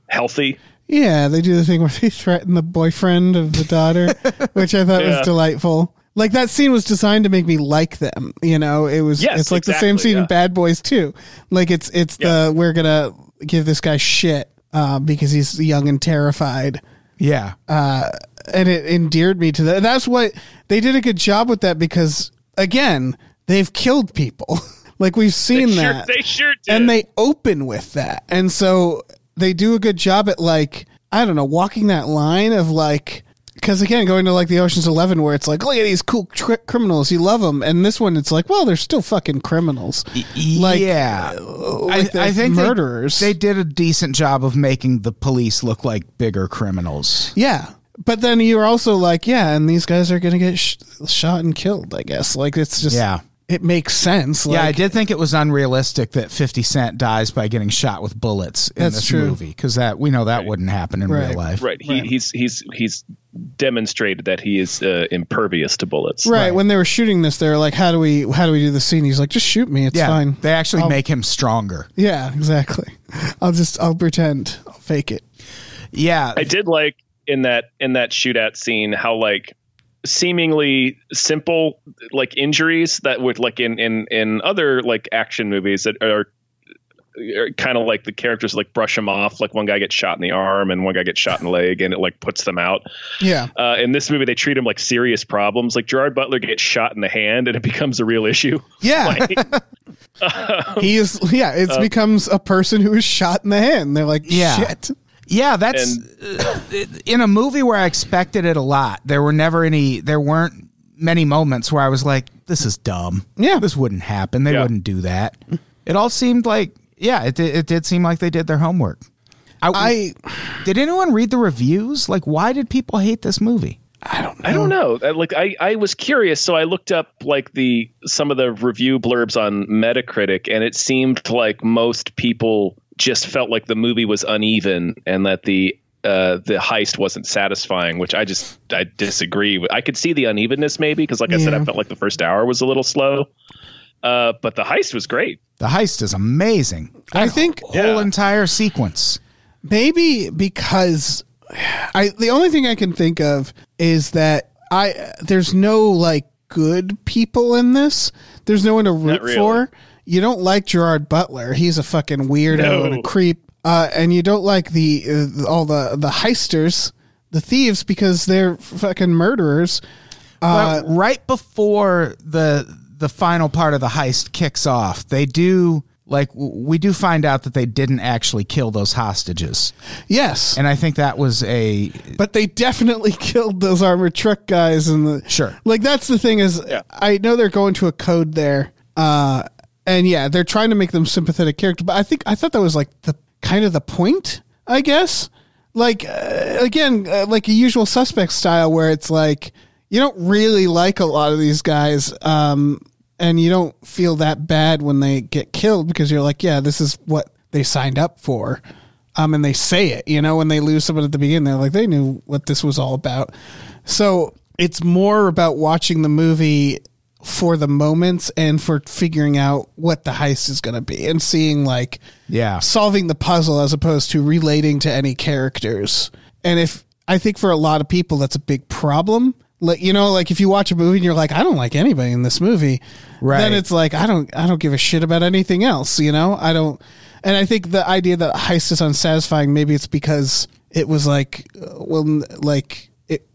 [SPEAKER 2] healthy.
[SPEAKER 3] Yeah, they do the thing where they threaten the boyfriend of the daughter, which I thought
[SPEAKER 2] Yeah.
[SPEAKER 3] was delightful. Like that scene was designed to make me like them. You know, it was
[SPEAKER 2] Yes,
[SPEAKER 3] it's like the same
[SPEAKER 2] exactly,
[SPEAKER 3] scene in
[SPEAKER 2] yeah.
[SPEAKER 3] Bad Boys too. Like it's it's the we're gonna give this guy shit uh, because he's young and terrified.
[SPEAKER 4] Yeah.
[SPEAKER 3] and it endeared me to that. That's what they did a good job with that because again, they've killed people. like we've seen
[SPEAKER 2] sure-
[SPEAKER 3] that.
[SPEAKER 2] they sure did.
[SPEAKER 3] And they open with that. And so they do a good job at like I don't know, walking that line of like Because again, going to like the Ocean's Eleven, where it's like, look at these cool tri- criminals, you love them, and this one, it's like, well, they're still fucking criminals.
[SPEAKER 2] E-,
[SPEAKER 3] Like,
[SPEAKER 4] yeah,
[SPEAKER 3] like they're
[SPEAKER 4] they-
[SPEAKER 3] murderers.
[SPEAKER 4] They, did a decent job of making the police look like bigger criminals.
[SPEAKER 3] Yeah, but then you're also like, yeah, and these guys are gonna get sh- shot and killed. I guess like it's just
[SPEAKER 4] Yeah.
[SPEAKER 3] it makes sense. Like,
[SPEAKER 4] yeah, I did think it was unrealistic that Fifty Cent dies by getting shot with bullets in
[SPEAKER 3] That's
[SPEAKER 4] this
[SPEAKER 3] true.
[SPEAKER 4] movie because that we know that wouldn't happen in
[SPEAKER 3] Right.
[SPEAKER 4] real life.
[SPEAKER 2] Right. He, He's he's he's demonstrated that he is uh, impervious to bullets.
[SPEAKER 3] Right, when they were shooting this, they were like, "How do we how do we do the scene?" He's like, "Just shoot me. It's
[SPEAKER 4] Yeah,
[SPEAKER 3] fine."
[SPEAKER 4] they actually
[SPEAKER 3] I'll-
[SPEAKER 4] make him stronger.
[SPEAKER 3] Yeah, exactly. I'll just I'll pretend. I'll fake it.
[SPEAKER 4] Yeah,
[SPEAKER 2] I did like in that in that shootout scene how like seemingly simple like injuries that would like in in in other like action movies that are, are kind of like the characters like brush them off like one guy gets shot in the arm and one guy gets shot in the leg and it like puts them out
[SPEAKER 3] Yeah.
[SPEAKER 2] uh, in this movie they treat him like serious problems like gerard butler gets shot in the hand and it becomes a real issue
[SPEAKER 3] Yeah. he is yeah, it becomes a person who is shot in the hand. They're like,
[SPEAKER 4] Yeah.
[SPEAKER 3] shit.
[SPEAKER 4] Yeah, that's uh, in a movie where I expected it a lot. There were never any. There weren't many moments where I was like, "This is dumb.
[SPEAKER 3] Yeah.
[SPEAKER 4] this wouldn't happen. They
[SPEAKER 2] Yeah.
[SPEAKER 4] wouldn't do that." It all seemed like, yeah, it did, it did seem like they did their homework.
[SPEAKER 3] I
[SPEAKER 4] did anyone read the reviews? Like, why did people hate this movie?
[SPEAKER 3] I don't know.
[SPEAKER 2] I don't know. I- Like I, I was curious, so I looked up like the some of the review blurbs on Metacritic, and it seemed like most people just felt like the movie was uneven and that the uh, the heist wasn't satisfying, which I just I disagree. with. I could see the unevenness maybe because, like I said,
[SPEAKER 3] Yeah.
[SPEAKER 2] I felt like the first hour was a little slow, uh, but the heist was great.
[SPEAKER 4] The heist is amazing.
[SPEAKER 3] I think
[SPEAKER 4] whole entire sequence.
[SPEAKER 3] maybe because I the only thing I can think of is that I there's no like good people in this. There's no one to root
[SPEAKER 2] really.
[SPEAKER 3] for. You don't like Gerard Butler. He's a fucking weirdo
[SPEAKER 2] No.
[SPEAKER 3] and a creep. Uh, and you don't like the uh, all the the heisters, the thieves because they're fucking murderers.
[SPEAKER 4] But right before the the final part of the heist kicks off, they do like w- we do find out that they didn't actually kill those hostages,
[SPEAKER 3] Yes.
[SPEAKER 4] and I think that was a
[SPEAKER 3] but they definitely killed those armored truck guys and the
[SPEAKER 4] Sure.
[SPEAKER 3] like that's the thing is
[SPEAKER 2] Yeah.
[SPEAKER 3] i know they're going to a code there uh and yeah they're trying to make them sympathetic character but i think i thought that was like the kind of the point i guess like uh, again uh, like a usual suspect style where it's like you don't really like a lot of these guys um and you don't feel that bad when they get killed because you're like yeah this is what they signed up for um, and they say it, you know, when they lose someone at the beginning, they're like, they knew what this was all about. So it's more about watching the movie for the moments and for figuring out what the heist is going to be and seeing like
[SPEAKER 4] yeah
[SPEAKER 3] solving the puzzle as opposed to relating to any characters. And if I think for a lot of people, that's a big problem. Like you know, like if you watch a movie and you're like, I don't like anybody in this movie,
[SPEAKER 4] Right.
[SPEAKER 3] Then it's like I don't, I don't give a shit about anything else. You know, I don't. And I think the idea that heist is unsatisfying, maybe it's because it was like, uh, well, n- like it,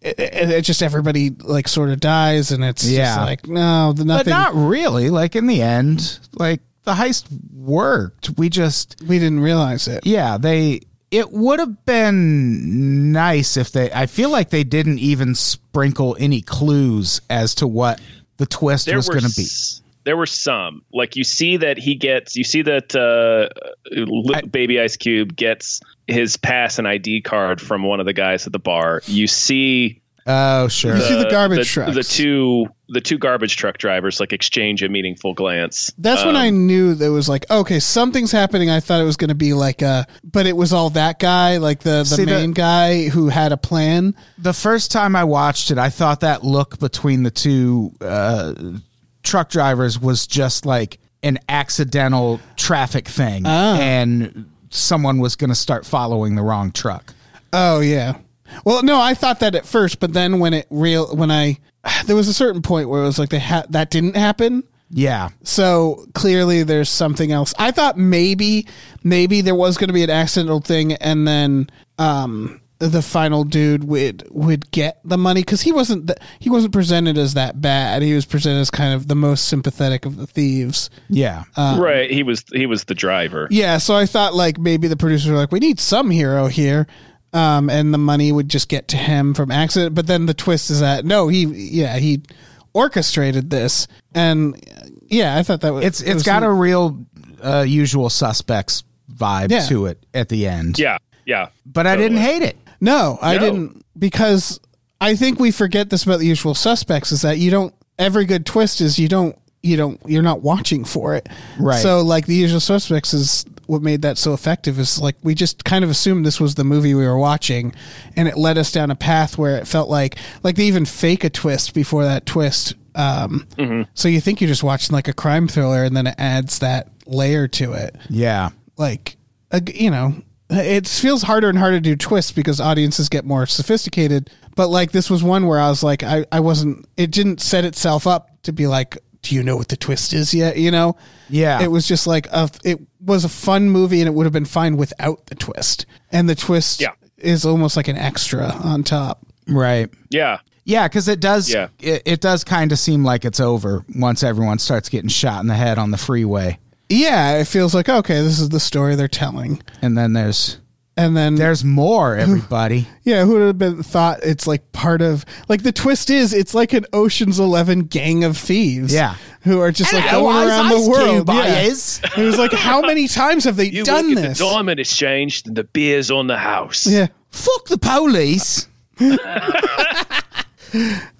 [SPEAKER 3] it, it, it just everybody like sort of dies, and it's just
[SPEAKER 4] Yeah.
[SPEAKER 3] like no, the
[SPEAKER 4] but
[SPEAKER 3] nothing.
[SPEAKER 4] not really. Like in the end, like the heist worked. We just
[SPEAKER 3] we didn't realize it.
[SPEAKER 4] yeah they it would have been nice if they i feel like they didn't even sprinkle any clues as to what the twist was going to be
[SPEAKER 2] s- There were some. Like you see that he gets, you see that uh, li- baby Ice Cube gets his pass and ID card from one of the guys at the bar. You see
[SPEAKER 4] oh sure
[SPEAKER 3] You see the garbage trucks.
[SPEAKER 2] Uh, The two, the two garbage truck drivers like exchange a meaningful glance.
[SPEAKER 3] That's when
[SPEAKER 2] um,
[SPEAKER 3] I knew there was like, okay, something's happening. I thought it was going to be like a, but it was all that guy, like the the
[SPEAKER 4] See, the-
[SPEAKER 3] main guy who had a plan.
[SPEAKER 4] the first time i watched it i thought that look between the two uh, truck drivers was just like an accidental traffic thing
[SPEAKER 3] Ah.
[SPEAKER 4] and someone was going to start following the wrong truck
[SPEAKER 3] Oh yeah. Well, no, I thought that at first, but then when it real when I there was a certain point where it was like they ha- that didn't happen.
[SPEAKER 4] yeah
[SPEAKER 3] So clearly there's something else. I thought maybe maybe there was going to be an accidental thing and then um the final dude would would get the money cuz he wasn't th- he wasn't presented as that bad. He was presented as kind of the most sympathetic of the thieves.
[SPEAKER 4] yeah
[SPEAKER 3] Uh,
[SPEAKER 2] right, he was he was the driver.
[SPEAKER 3] Yeah, so I thought like maybe the producers were like we need some hero here um, and the money would just get to him from accident. But then the twist is that no, he yeah he orchestrated this, and yeah, I thought that was
[SPEAKER 4] It's
[SPEAKER 3] it
[SPEAKER 4] it's
[SPEAKER 3] was-
[SPEAKER 4] got a real uh, usual suspects vibe
[SPEAKER 3] Yeah.
[SPEAKER 4] to it at the end.
[SPEAKER 2] Yeah, yeah.
[SPEAKER 4] But I didn't hate it.
[SPEAKER 3] No, I
[SPEAKER 2] No.
[SPEAKER 3] didn't because I think we forget this about the usual suspects is that you don't every good twist is you don't you don't you're not watching for it.
[SPEAKER 4] Right.
[SPEAKER 3] So like the usual suspects is what made that so effective is like we just kind of assumed this was the movie we were watching and it led us down a path where it felt like like they even fake a twist before that twist. Um so you think you're just watching like a crime thriller and then it adds that layer to it
[SPEAKER 4] Yeah.
[SPEAKER 3] like uh, you know it feels harder and harder to do twists because audiences get more sophisticated but like this was one where i was like i, I wasn't it didn't set itself up to be like do you know what the twist is yet you know
[SPEAKER 4] Yeah.
[SPEAKER 3] it was just like a it was a fun movie and it would have been fine without the twist and the twist
[SPEAKER 2] Yeah.
[SPEAKER 3] is almost like an extra on top
[SPEAKER 4] Right.
[SPEAKER 2] Yeah.
[SPEAKER 4] Yeah, because it does.
[SPEAKER 2] Yeah.
[SPEAKER 4] It, it does kind of seem like it's over once everyone starts getting shot in the head on the freeway,
[SPEAKER 3] yeah it feels like okay this is the story they're telling
[SPEAKER 4] and then there's
[SPEAKER 3] and then
[SPEAKER 4] there's more. Everybody.
[SPEAKER 3] Yeah, who would have been thought it's like part of like the twist is it's like an Ocean's Eleven gang of thieves.
[SPEAKER 4] Yeah.
[SPEAKER 3] who are just like
[SPEAKER 4] Hello,
[SPEAKER 3] going
[SPEAKER 4] Ice
[SPEAKER 3] around the
[SPEAKER 4] Ice
[SPEAKER 3] world.
[SPEAKER 4] Cube,
[SPEAKER 3] Yeah.
[SPEAKER 4] yes.
[SPEAKER 3] It was like how many times have they
[SPEAKER 2] You
[SPEAKER 3] done
[SPEAKER 2] look at
[SPEAKER 3] this?
[SPEAKER 2] the diamond exchange, and the beer's on the house.
[SPEAKER 3] yeah.
[SPEAKER 4] Fuck the police.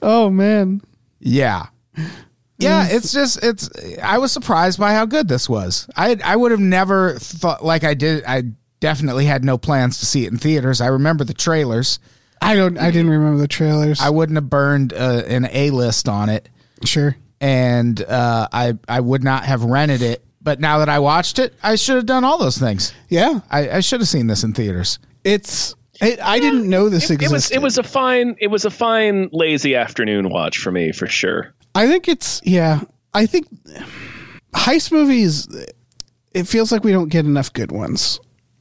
[SPEAKER 3] Oh man.
[SPEAKER 4] Yeah. Yeah, it's just it's I was surprised by how good this was. I I would have never thought like I did I definitely had no plans to see it in theaters. I remember the trailers.
[SPEAKER 3] I don't I didn't remember the trailers.
[SPEAKER 4] I wouldn't have burned uh, an A list on it
[SPEAKER 3] sure.
[SPEAKER 4] and uh, I I would not have rented it. But now that I watched it, I should have done all those things.
[SPEAKER 3] Yeah.
[SPEAKER 4] I, I should have seen this in theaters.
[SPEAKER 3] It's it, I didn't know this
[SPEAKER 2] It was
[SPEAKER 3] existed.
[SPEAKER 2] it was a fine it was a fine lazy afternoon watch for me for sure.
[SPEAKER 3] I think it's yeah. I think heist movies. It feels like we don't get enough good ones,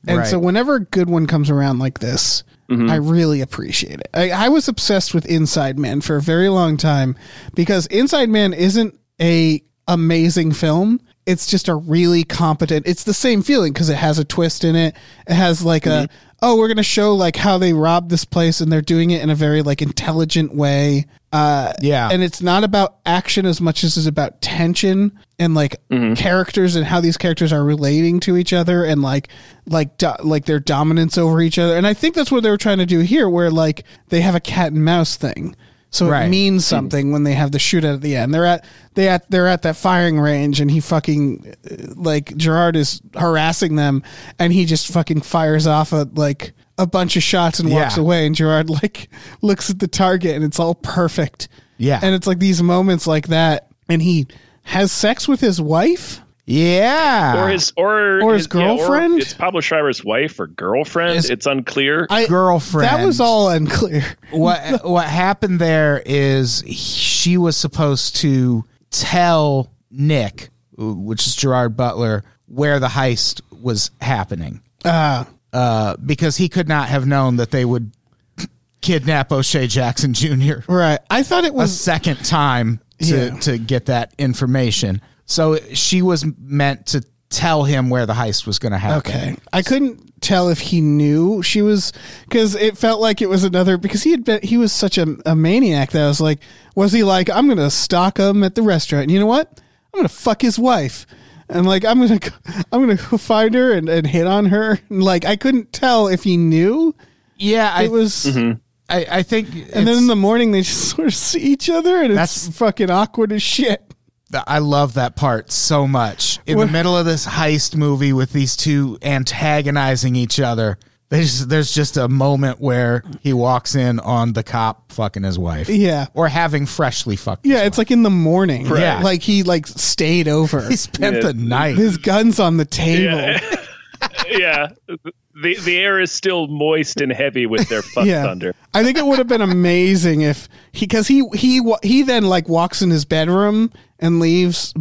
[SPEAKER 3] and
[SPEAKER 4] Right.
[SPEAKER 3] so whenever a good one comes around like this, I really appreciate it. I, I was obsessed with Inside Man for a very long time because Inside Man isn't a amazing film. It's just a really competent. It's the same feeling because it has a twist in it. It has like a oh, we're gonna show like how they robbed this place and they're doing it in a very like intelligent way. Uh,
[SPEAKER 4] Yeah.
[SPEAKER 3] and it's not about action as much as it's about tension and like
[SPEAKER 4] Mm-hmm.
[SPEAKER 3] characters and how these characters are relating to each other and like like do, like their dominance over each other. And I think that's what they were trying to do here, where like they have a cat and mouse thing, so it
[SPEAKER 4] Right.
[SPEAKER 3] means something when they have the shootout at the end. They're at they at they're at that firing range, and he fucking uh, like Gerard is harassing them, and he just fucking fires off a like. A bunch of shots and walks
[SPEAKER 4] Yeah.
[SPEAKER 3] away, and Gerard like looks at the target, and it's all perfect.
[SPEAKER 4] Yeah.
[SPEAKER 3] And it's like these moments like that. And he has sex with his wife.
[SPEAKER 4] yeah.
[SPEAKER 2] Or his or
[SPEAKER 3] Or his
[SPEAKER 2] yeah,
[SPEAKER 3] girlfriend?
[SPEAKER 2] it's Pablo Schreiber's wife or girlfriend.
[SPEAKER 4] His-
[SPEAKER 2] it's unclear.
[SPEAKER 3] I,
[SPEAKER 4] Girlfriend.
[SPEAKER 3] That was all unclear.
[SPEAKER 4] what what happened there is she was supposed to tell Nick, which is Gerard Butler, where the heist was happening,
[SPEAKER 3] Uh,
[SPEAKER 4] uh, because he could not have known that they would kidnap O'Shea Jackson Jr.
[SPEAKER 3] right. I thought it
[SPEAKER 4] a
[SPEAKER 3] was.
[SPEAKER 4] second time to
[SPEAKER 3] Yeah.
[SPEAKER 4] to get that information. So she was meant to tell him where the heist was going to happen.
[SPEAKER 3] Okay. I couldn't tell if he knew she was. Because it felt like it was another. Because he had been. He was such a, a maniac that I was like, was he like, I'm going to stalk him at the restaurant? And you know what? I'm going to fuck his wife. And like I'm gonna, go- I'm gonna go find her and, and hit on her. And like I couldn't tell if he knew
[SPEAKER 4] Yeah, I Mm-hmm.
[SPEAKER 3] it was.
[SPEAKER 4] I, I think
[SPEAKER 3] And then in the morning, they just sort of see each other, and
[SPEAKER 4] That's-
[SPEAKER 3] it's fucking awkward as shit.
[SPEAKER 4] Th- I love that part so much. In
[SPEAKER 3] What-
[SPEAKER 4] the middle of this heist movie with these two antagonizing each other, there's there's just a moment where he walks in on the cop fucking his wife.
[SPEAKER 3] Yeah.
[SPEAKER 4] Or having freshly fucked. his
[SPEAKER 3] Yeah, it's like in the morning.
[SPEAKER 4] Yeah.
[SPEAKER 3] like he like stayed over.
[SPEAKER 4] wife. He spent
[SPEAKER 2] Yeah.
[SPEAKER 4] the night.
[SPEAKER 3] His guns on the table.
[SPEAKER 2] yeah. The the air is still moist and heavy with their fuck
[SPEAKER 3] Yeah.
[SPEAKER 2] thunder.
[SPEAKER 3] I think it would have been amazing if he because he he wa- he then like walks in his bedroom and leaves.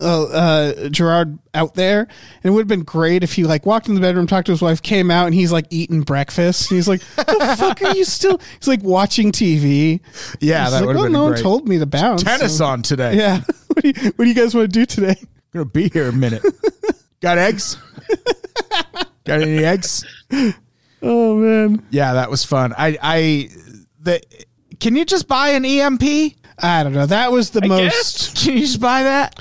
[SPEAKER 3] Uh, uh, Gerard out there, and it would have been great if he like walked in the bedroom, talked to his wife, came out, and he's like eating breakfast. And he's like, "The fuck are you still?" He's like watching TV.
[SPEAKER 4] yeah,
[SPEAKER 3] He's
[SPEAKER 4] that
[SPEAKER 3] like,
[SPEAKER 4] would have
[SPEAKER 3] "Well,
[SPEAKER 4] been
[SPEAKER 3] no
[SPEAKER 4] great.
[SPEAKER 3] one told me to bounce."
[SPEAKER 4] Tennis
[SPEAKER 3] so-
[SPEAKER 4] on today.
[SPEAKER 3] Yeah. what, do you, what do you guys want to do today?
[SPEAKER 4] gonna be here a minute. Got eggs? Got any eggs?
[SPEAKER 3] Oh man,
[SPEAKER 4] Yeah, that was fun. I I the can you just buy an E EMP? Can
[SPEAKER 3] I don't know. That was the most.
[SPEAKER 4] you just buy that?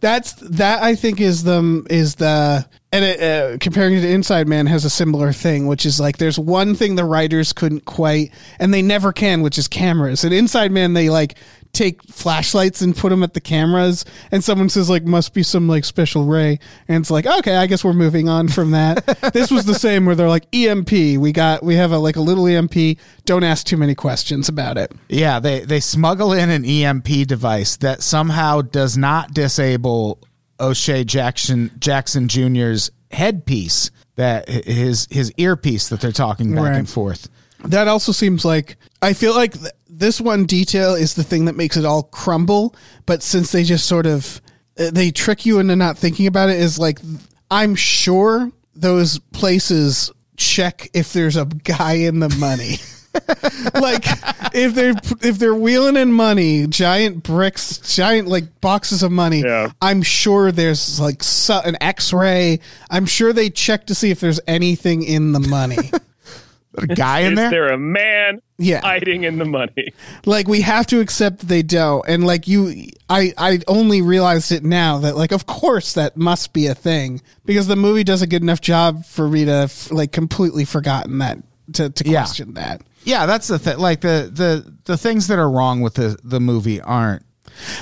[SPEAKER 3] That's that I think is the is the and it, uh, comparing it to Inside Man has a similar thing, which is like there's one thing the writers couldn't quite, and they never can, which is cameras. And Inside Man, they like take flashlights and put them at the cameras, and someone says like must be some like special ray, and it's like okay, I guess we're moving on from that. this was the same where they're like EMP, we got we have a like a little EMP. Don't ask too many questions about it.
[SPEAKER 4] Yeah, they they smuggle in an EMP device that somehow does not disable O'Shea Jackson Jackson Jr.'s headpiece that his his earpiece that they're talking back
[SPEAKER 3] Right.
[SPEAKER 4] and forth.
[SPEAKER 3] That also seems like I feel like th- this one detail is the thing that makes it all crumble. But since they just sort of uh, they trick you into not thinking about it, is like I'm sure those places check if there's a guy in the money. like if they're if they're wheeling in money, giant bricks, giant like boxes of money.
[SPEAKER 2] Yeah.
[SPEAKER 3] I'm sure there's like su- an X-ray. I'm sure they check to see if there's anything in the money.
[SPEAKER 4] A guy in
[SPEAKER 2] Is
[SPEAKER 4] there?
[SPEAKER 2] there a man
[SPEAKER 3] Yeah.
[SPEAKER 2] hiding in the money?
[SPEAKER 3] like we have to accept that they don't and like you i i only realized it now that like of course that must be a thing because the movie does a good enough job for me to f- like completely forgotten that to, to
[SPEAKER 4] Yeah.
[SPEAKER 3] question that
[SPEAKER 4] Yeah, that's the thing. Like the the the things that are wrong with the the movie aren't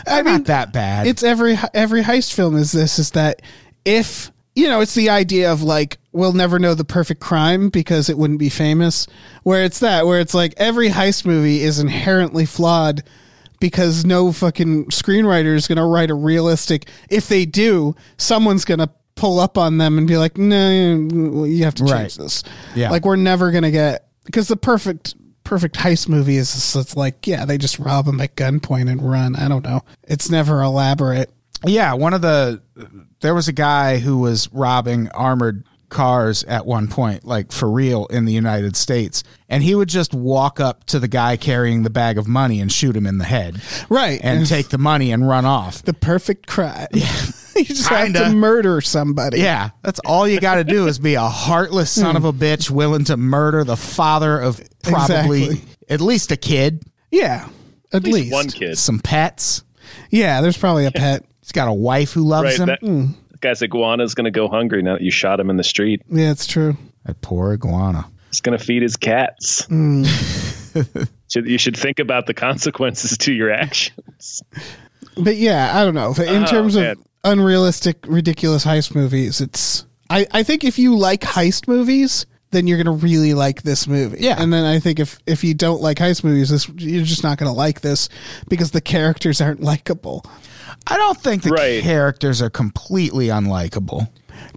[SPEAKER 3] i mean
[SPEAKER 4] not that bad.
[SPEAKER 3] it's every every heist film is this is that if you know it's the idea of like we'll never know the perfect crime because it wouldn't be famous where it's that where it's like every heist movie is inherently flawed because no fucking screenwriter is going to write a realistic if they do someone's going to pull up on them and be like no you have to change
[SPEAKER 4] Right.
[SPEAKER 3] this
[SPEAKER 4] Yeah.
[SPEAKER 3] like we're never going to get because the perfect perfect heist movie is just- it's like yeah they just rob him at gunpoint and run i don't know it's never elaborate
[SPEAKER 4] Yeah, one of the there was a guy who was robbing armored cars at one point, like for real in the United States, and he would just walk up to the guy carrying the bag of money and shoot him in the head,
[SPEAKER 3] right
[SPEAKER 4] and take the money and run off.
[SPEAKER 3] the perfect crime you just have
[SPEAKER 4] Kinda.
[SPEAKER 3] to murder somebody
[SPEAKER 4] Yeah, that's all you got to do is be a heartless son
[SPEAKER 3] Hmm.
[SPEAKER 4] of a bitch willing to murder the father of probably
[SPEAKER 3] Exactly.
[SPEAKER 4] at least a kid,
[SPEAKER 3] yeah at,
[SPEAKER 2] At
[SPEAKER 3] least,
[SPEAKER 2] least one kid.
[SPEAKER 4] some pets.
[SPEAKER 3] yeah there's probably a pet
[SPEAKER 4] He's got a wife who loves
[SPEAKER 2] Right.
[SPEAKER 4] him.
[SPEAKER 2] That,
[SPEAKER 3] mm.
[SPEAKER 2] that guy's iguana's going to go hungry now that you shot him in the street.
[SPEAKER 3] yeah it's true
[SPEAKER 4] that poor iguana.
[SPEAKER 2] He's going to feed his cats.
[SPEAKER 3] Mm.
[SPEAKER 2] So you should think about the consequences to your actions.
[SPEAKER 3] but yeah i don't know in
[SPEAKER 2] Oh,
[SPEAKER 3] terms
[SPEAKER 2] man.
[SPEAKER 3] of unrealistic ridiculous heist movies it's I, I think if you like heist movies then you're gonna really like this movie
[SPEAKER 4] Yeah.
[SPEAKER 3] and then i think if if you don't like heist movies this you're just not gonna like this because the characters aren't likable
[SPEAKER 4] I don't think the
[SPEAKER 2] Right.
[SPEAKER 4] characters are completely unlikable.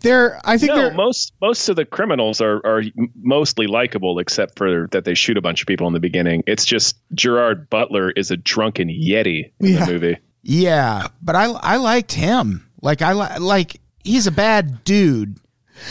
[SPEAKER 3] they're i think
[SPEAKER 2] No,
[SPEAKER 3] they're
[SPEAKER 2] most most of the criminals are are mostly likable, except for that they shoot a bunch of people in the beginning. It's just Gerard Butler is a drunken yeti in
[SPEAKER 3] Yeah.
[SPEAKER 2] the movie.
[SPEAKER 4] Yeah, but I I liked him. Like I li- like he's a bad dude,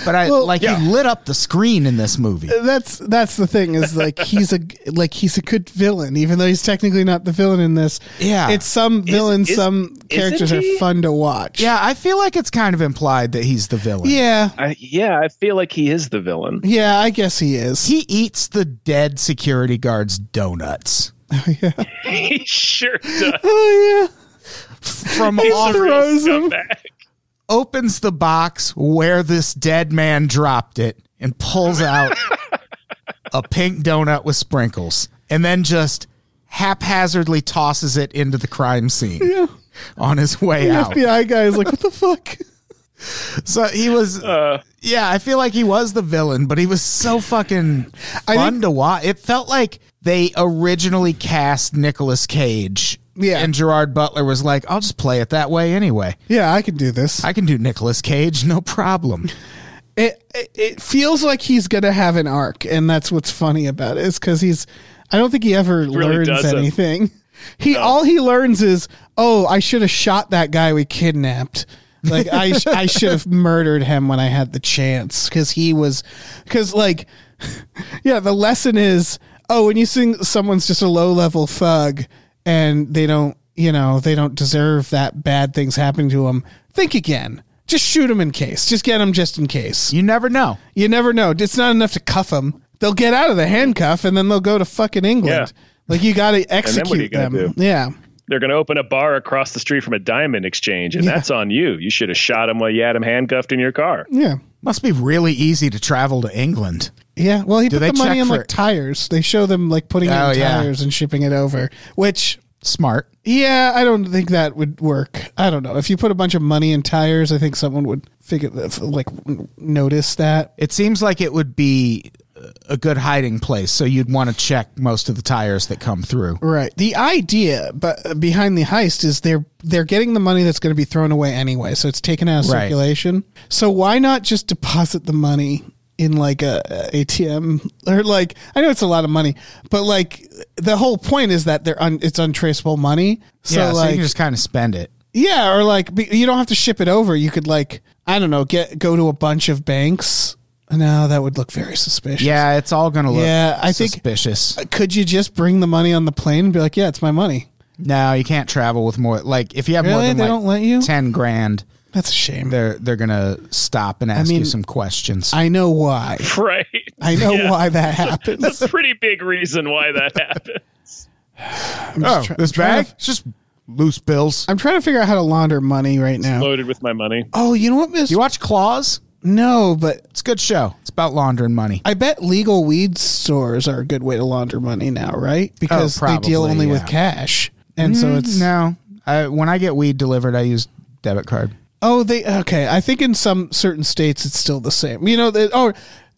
[SPEAKER 4] but I
[SPEAKER 3] Well,
[SPEAKER 4] like
[SPEAKER 2] yeah.
[SPEAKER 4] he lit up the screen in this movie.
[SPEAKER 3] that's that's the thing is like he's a like he's a good villain even though he's technically not the villain in this
[SPEAKER 4] Yeah.
[SPEAKER 3] it's some villains
[SPEAKER 2] is-
[SPEAKER 3] some characters are
[SPEAKER 2] he?
[SPEAKER 3] fun to watch
[SPEAKER 4] Yeah, I feel like it's kind of implied that he's the villain.
[SPEAKER 3] yeah
[SPEAKER 2] I, yeah, I feel like he is the villain.
[SPEAKER 3] yeah i guess he is
[SPEAKER 4] He eats the dead security guard's donuts
[SPEAKER 2] he sure does.
[SPEAKER 3] oh yeah
[SPEAKER 4] from
[SPEAKER 2] He's
[SPEAKER 4] off,
[SPEAKER 2] a real
[SPEAKER 3] throws him.
[SPEAKER 2] scumbag.
[SPEAKER 4] opens the box where this dead man dropped it and pulls out a pink donut with sprinkles and then just haphazardly tosses it into the crime scene on his way out.
[SPEAKER 3] the fbi guy is like what the fuck
[SPEAKER 4] So he was,
[SPEAKER 3] Uh.
[SPEAKER 2] Uh,
[SPEAKER 4] yeah, I feel like he was the villain, but he was so fucking
[SPEAKER 3] I
[SPEAKER 4] fun
[SPEAKER 3] think-
[SPEAKER 4] to watch. It felt like they originally cast Nicolas Cage.
[SPEAKER 3] Yeah.
[SPEAKER 4] And Gerard Butler was like, I'll just play it that way anyway.
[SPEAKER 3] yeah i can do this
[SPEAKER 4] I can do Nicolas Cage, no problem.
[SPEAKER 3] it, it it feels like he's gonna have an arc and that's what's funny about it is because he's i don't think he ever
[SPEAKER 2] really
[SPEAKER 3] learns
[SPEAKER 2] doesn't.
[SPEAKER 3] anything he all he learns is oh i should have shot that guy we kidnapped like i sh- i should have murdered him when i had the chance because he was because like yeah the lesson is oh when you sing someone's just a low level thug and they don't you know they don't deserve that bad things happening to them think again just shoot him in case just get him just in case
[SPEAKER 4] You never know.
[SPEAKER 3] you never know. It's not enough to cuff him. they'll get out of the handcuff and then they'll go to fucking England.
[SPEAKER 2] Yeah.
[SPEAKER 3] Like you got to
[SPEAKER 2] what are you
[SPEAKER 3] execute
[SPEAKER 2] gonna
[SPEAKER 3] them.
[SPEAKER 2] do?
[SPEAKER 3] Yeah.
[SPEAKER 2] They're going to open a bar across the street from a diamond exchange, and that's on you. You should have shot him while you had him handcuffed in your car.
[SPEAKER 3] Yeah.
[SPEAKER 4] Must be really easy to travel to England.
[SPEAKER 3] Yeah. Well, he put
[SPEAKER 4] they
[SPEAKER 3] the money
[SPEAKER 4] check
[SPEAKER 3] in
[SPEAKER 4] for-
[SPEAKER 3] like tires. They show them like putting
[SPEAKER 4] Oh,
[SPEAKER 3] it in
[SPEAKER 4] yeah.
[SPEAKER 3] tires and shipping it over, which
[SPEAKER 4] Smart.
[SPEAKER 3] yeah, I don't think that would work. I don't know. If you put a bunch of money in tires, I think someone would figure like notice that.
[SPEAKER 4] It seems like it would be a good hiding place, so you'd want to check most of the tires that come through.
[SPEAKER 3] Right. The idea but uh, behind the heist is they're they're getting the money that's going to be thrown away anyway, so it's taken out of
[SPEAKER 4] Right.
[SPEAKER 3] circulation. So why not just deposit the money in like a, a ATM or like I know it's a lot of money, but like the whole point is that they're un, it's untraceable money. So
[SPEAKER 4] yeah, so you
[SPEAKER 3] like
[SPEAKER 4] can just kind of spend it.
[SPEAKER 3] Yeah, or like be- you don't have to ship it over. You could like I don't know, get go to a bunch of banks. No, that would look very suspicious.
[SPEAKER 4] Yeah, it's all going to look
[SPEAKER 3] Yeah, I think-
[SPEAKER 4] suspicious.
[SPEAKER 3] Could you just bring the money on the plane and be like, "Yeah, it's my money."
[SPEAKER 4] no, you can't travel with more. Like if you have more
[SPEAKER 3] Really?
[SPEAKER 4] than
[SPEAKER 3] They
[SPEAKER 4] like
[SPEAKER 3] don't let you?
[SPEAKER 4] ten grand,
[SPEAKER 3] That's a shame.
[SPEAKER 4] they're they're gonna stop and ask
[SPEAKER 3] mean-
[SPEAKER 4] you some questions.
[SPEAKER 3] I know why.
[SPEAKER 2] Right.
[SPEAKER 3] I know why that happens.
[SPEAKER 2] Pretty big reason why that happened.
[SPEAKER 3] I'm just try- I'm trying to-
[SPEAKER 4] Oh, it's just loose bills.
[SPEAKER 3] I'm trying to figure out how to launder money right now.
[SPEAKER 2] Loaded with my money.
[SPEAKER 3] Oh, you know what, Miss?
[SPEAKER 4] Do you watch Claws?
[SPEAKER 3] no, but
[SPEAKER 4] It's a good show. It's about laundering money.
[SPEAKER 3] I bet legal weed stores are a good way to launder money now, right? Because they deal
[SPEAKER 4] Oh, probably,
[SPEAKER 3] only with
[SPEAKER 4] yeah. Mm,
[SPEAKER 3] cash, and so it's
[SPEAKER 4] no. I, when I get weed delivered, I use debit card.
[SPEAKER 3] Oh, they okay. I think in some certain states it's still the same. You know, they, oh,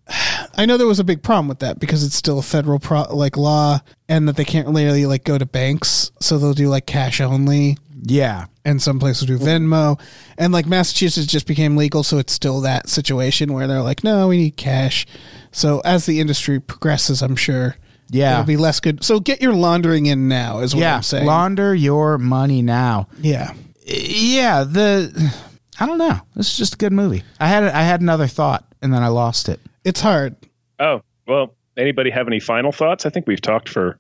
[SPEAKER 3] I know there was a big problem with that because it's still a federal pro, like law, and that they can't really like go to banks, so they'll do like cash only,
[SPEAKER 4] Yeah,
[SPEAKER 3] and some places do
[SPEAKER 4] Mm-hmm.
[SPEAKER 3] Venmo, and like Massachusetts just became legal, so it's still that situation where they're like, no, we need cash. So as the industry progresses, I'm sure,
[SPEAKER 4] Yeah.
[SPEAKER 3] it'll be less good. So get your laundering in now, is what
[SPEAKER 4] yeah.
[SPEAKER 3] I'm saying.
[SPEAKER 4] Launder your money now.
[SPEAKER 3] yeah,
[SPEAKER 4] Yeah, the I don't know. This is just a good movie. I had I had another thought and then I lost it.
[SPEAKER 3] it's hard.
[SPEAKER 2] Oh, well, anybody have any final thoughts? I think we've talked for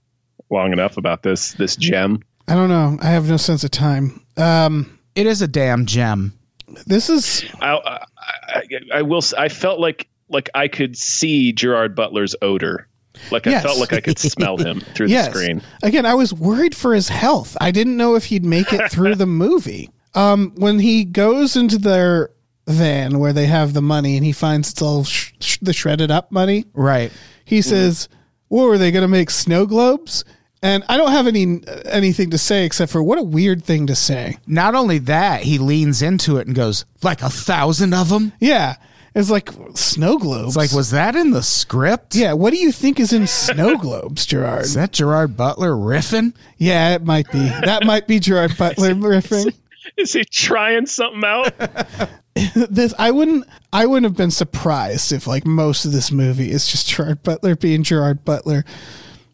[SPEAKER 2] long enough about this this gem.
[SPEAKER 3] I don't know. I have no sense of time. Um,
[SPEAKER 4] It is a damn gem.
[SPEAKER 3] this is
[SPEAKER 2] I, I, I, I will. s- I felt like like I could see Gerard Butler's odor. Like I
[SPEAKER 3] Yes.
[SPEAKER 2] felt like I could smell him through
[SPEAKER 3] yes.
[SPEAKER 2] the screen.
[SPEAKER 3] Again, I was worried for his health. I didn't know if he'd make it through the movie. Um, when he goes into their van where they have the money and he finds it's all sh- sh- the shredded up money,
[SPEAKER 4] Right.
[SPEAKER 3] he
[SPEAKER 2] Mm-hmm.
[SPEAKER 3] says, "What were they going to make snow globes?" And I don't have any anything to say except for what a weird thing to say.
[SPEAKER 4] Not only that, he leans into it and goes, "Like a thousand of them."
[SPEAKER 3] Yeah, it's like snow
[SPEAKER 4] It's
[SPEAKER 3] globes.
[SPEAKER 4] like, was that in the script?
[SPEAKER 3] yeah, what do you think is in snow globes, Gerard?
[SPEAKER 4] Is that Gerard Butler riffing?
[SPEAKER 3] Yeah, it might be. That might be Gerard Butler riffing.
[SPEAKER 2] Is he trying something out?
[SPEAKER 3] this I wouldn't I wouldn't have been surprised if like most of this movie is just Gerard Butler being Gerard Butler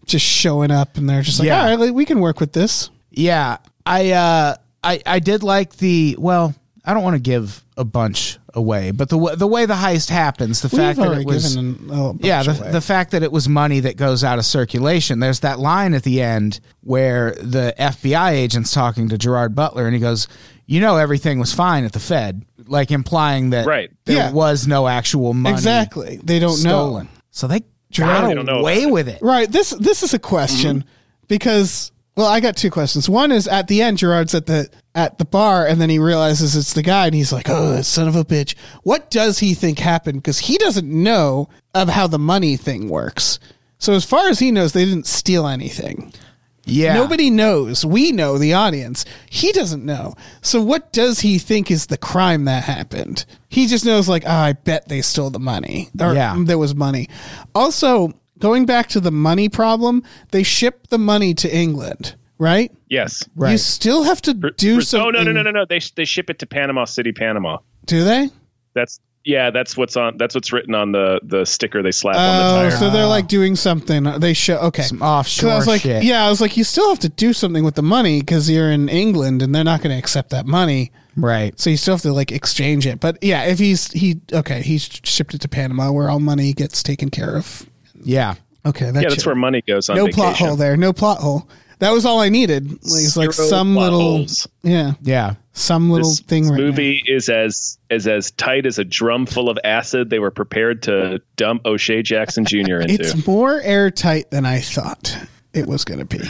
[SPEAKER 3] just showing up and they're just like,
[SPEAKER 4] Yeah.
[SPEAKER 3] all right, like, we can work with this.
[SPEAKER 4] Yeah, I uh, I I did like the well. I don't want to give a bunch away, but the wa- the way the heist happens, the fact
[SPEAKER 3] We've
[SPEAKER 4] that
[SPEAKER 3] already
[SPEAKER 4] it was
[SPEAKER 3] given an, oh, a bunch
[SPEAKER 4] yeah, the,
[SPEAKER 3] away.
[SPEAKER 4] the fact that it was money that goes out of circulation. There's that line at the end where the FBI agent's talking to Gerard Butler, and he goes, "You know, everything was fine at the Fed," like implying that
[SPEAKER 2] Right.
[SPEAKER 4] there
[SPEAKER 3] Yeah.
[SPEAKER 4] was no actual money
[SPEAKER 3] exactly. They don't
[SPEAKER 4] stolen.
[SPEAKER 3] know.
[SPEAKER 4] So they
[SPEAKER 2] Right,
[SPEAKER 4] got
[SPEAKER 2] they don't know
[SPEAKER 4] away
[SPEAKER 2] about it.
[SPEAKER 4] with it.
[SPEAKER 3] Right. This this is a question because well, I got two questions. One is at the end, Gerard's at the at the bar, and then he realizes it's the guy, and he's like, "Oh, that son of a bitch!" What does he think happened? Because he doesn't know of how the money thing works. So as far as he knows, they didn't steal anything.
[SPEAKER 4] Yeah,
[SPEAKER 3] Nobody knows. We know the audience. He doesn't know. So what does he think is the crime that happened? He just knows like, oh, I bet they stole the money. Or
[SPEAKER 4] Yeah.
[SPEAKER 3] there was money. Also, going back to the money problem, they ship the money to England, right?
[SPEAKER 2] Yes.
[SPEAKER 3] You
[SPEAKER 4] Right.
[SPEAKER 3] still have to do
[SPEAKER 2] Brazil-
[SPEAKER 3] something.
[SPEAKER 2] Oh no no no no no! They sh- they ship it to Panama City, Panama.
[SPEAKER 3] Do they?
[SPEAKER 2] That's yeah. That's what's on. That's what's written on the the sticker they slap on
[SPEAKER 3] Oh,
[SPEAKER 2] the tire.
[SPEAKER 3] so they're like doing something. They show okay. Uh,
[SPEAKER 4] some
[SPEAKER 3] 'Cause
[SPEAKER 4] offshore
[SPEAKER 3] I was like,
[SPEAKER 4] shit.
[SPEAKER 3] yeah, I was like, you still have to do something with the money because you're in England and they're not going to accept that money.
[SPEAKER 4] Right.
[SPEAKER 3] So you still have to like exchange it. But yeah, if he's he okay, he's shipped it to Panama where all money gets taken care of.
[SPEAKER 4] Yeah.
[SPEAKER 3] Okay, that's
[SPEAKER 2] yeah, that's where money goes on
[SPEAKER 3] no
[SPEAKER 2] vacation.
[SPEAKER 3] plot hole there. No plot hole. That was all I needed. Like, it's like
[SPEAKER 2] Zero
[SPEAKER 3] some
[SPEAKER 2] plot
[SPEAKER 3] little
[SPEAKER 2] holes.
[SPEAKER 3] yeah.
[SPEAKER 4] Yeah.
[SPEAKER 3] some little
[SPEAKER 2] this
[SPEAKER 3] thing right now.
[SPEAKER 2] movie is as is as tight as a drum full of acid they were prepared to dump O'Shea Jackson Jr. into.
[SPEAKER 3] It's more airtight than I thought it was going to be.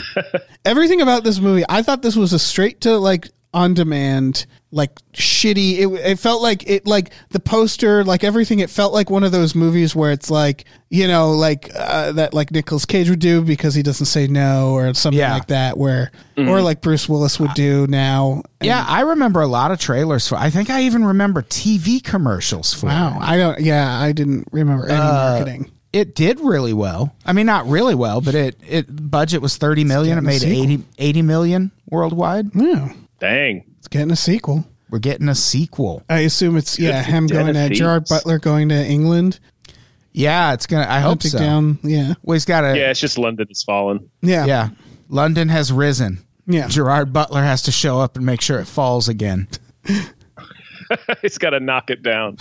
[SPEAKER 3] Everything about this movie, I thought this was a straight to like on demand, like shitty. It, it felt like it, like the poster, like everything. It felt like one of those movies where it's like, you know, like uh, that, like Nicolas Cage would do because he doesn't say no or something
[SPEAKER 4] Yeah. Mm-hmm.
[SPEAKER 3] like that, where, or like Bruce Willis would do now.
[SPEAKER 4] Yeah, I remember a lot of trailers for. I think I even remember TV commercials for.
[SPEAKER 3] Wow.
[SPEAKER 4] it.
[SPEAKER 3] I don't, yeah, I didn't remember
[SPEAKER 4] Uh,
[SPEAKER 3] any marketing.
[SPEAKER 4] It did really well. I mean, not really well, but it it budget was thirty million. It
[SPEAKER 3] getting a
[SPEAKER 4] made 80, 80 million worldwide.
[SPEAKER 3] Yeah.
[SPEAKER 2] Dang.
[SPEAKER 3] It's getting a sequel.
[SPEAKER 4] We're getting a sequel.
[SPEAKER 3] I assume it's yeah
[SPEAKER 2] Good for
[SPEAKER 3] him going to
[SPEAKER 2] Tennessee.
[SPEAKER 3] Gerard Butler going to England
[SPEAKER 4] Yeah, it's gonna. I hope
[SPEAKER 3] hunting
[SPEAKER 4] so.
[SPEAKER 3] down yeah
[SPEAKER 4] Well, he's got a
[SPEAKER 2] Yeah, it's just London has fallen.
[SPEAKER 3] yeah
[SPEAKER 4] yeah. London has risen.
[SPEAKER 3] Yeah.
[SPEAKER 4] Gerard Butler has to show up and make sure it falls again.
[SPEAKER 2] it's got to knock it down.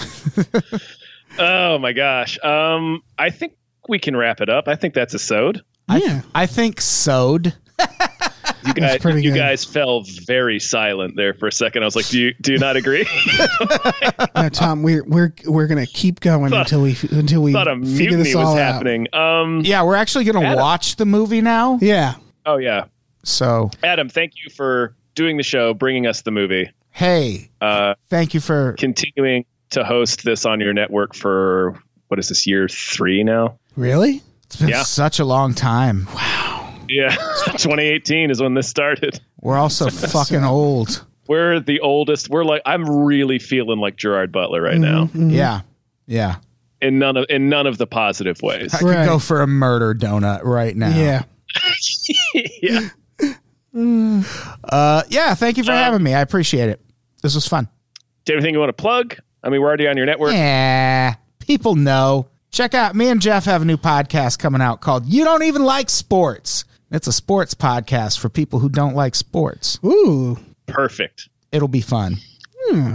[SPEAKER 2] oh my gosh. Um, I think we can wrap it up. I think that's a sode.
[SPEAKER 3] Yeah.
[SPEAKER 4] I think sewed.
[SPEAKER 2] You guys,
[SPEAKER 3] pretty
[SPEAKER 2] you
[SPEAKER 3] good.
[SPEAKER 2] guys fell very silent there for a second. I was like, do you do you not agree?
[SPEAKER 3] No, Tom we're we're we're gonna keep going until we until we
[SPEAKER 2] thought a
[SPEAKER 3] figure
[SPEAKER 2] mutiny
[SPEAKER 3] this all
[SPEAKER 2] was
[SPEAKER 3] out
[SPEAKER 2] happening. Um,
[SPEAKER 4] Yeah, we're actually gonna
[SPEAKER 2] Adam.
[SPEAKER 4] watch the movie now.
[SPEAKER 3] yeah
[SPEAKER 2] oh yeah,
[SPEAKER 4] So
[SPEAKER 2] Adam, thank you for doing the show, bringing us the movie,
[SPEAKER 4] hey,
[SPEAKER 2] uh,
[SPEAKER 4] thank you for
[SPEAKER 2] continuing to host this on your network for what is this year three now?
[SPEAKER 3] really
[SPEAKER 4] it's been
[SPEAKER 2] Yeah.
[SPEAKER 4] such a long time.
[SPEAKER 2] Yeah, 2018 is when this started.
[SPEAKER 4] We're also fucking old.
[SPEAKER 2] We're the oldest. We're like, I'm really feeling like Gerard Butler right now.
[SPEAKER 4] Yeah, yeah.
[SPEAKER 2] in none of in none of the positive ways.
[SPEAKER 4] I could
[SPEAKER 3] Right.
[SPEAKER 4] go for a murder donut right now.
[SPEAKER 3] yeah
[SPEAKER 2] yeah.
[SPEAKER 4] Uh, yeah. Thank you for having me. I appreciate it. This was fun.
[SPEAKER 2] Do you have anything you want to plug? I mean, we're already on your network.
[SPEAKER 4] Yeah. People know. Check out me and Jeff have a new podcast coming out called You Don't Even Like Sports. It's a sports podcast for people who don't like sports.
[SPEAKER 3] ooh
[SPEAKER 2] Perfect.
[SPEAKER 4] It'll be fun.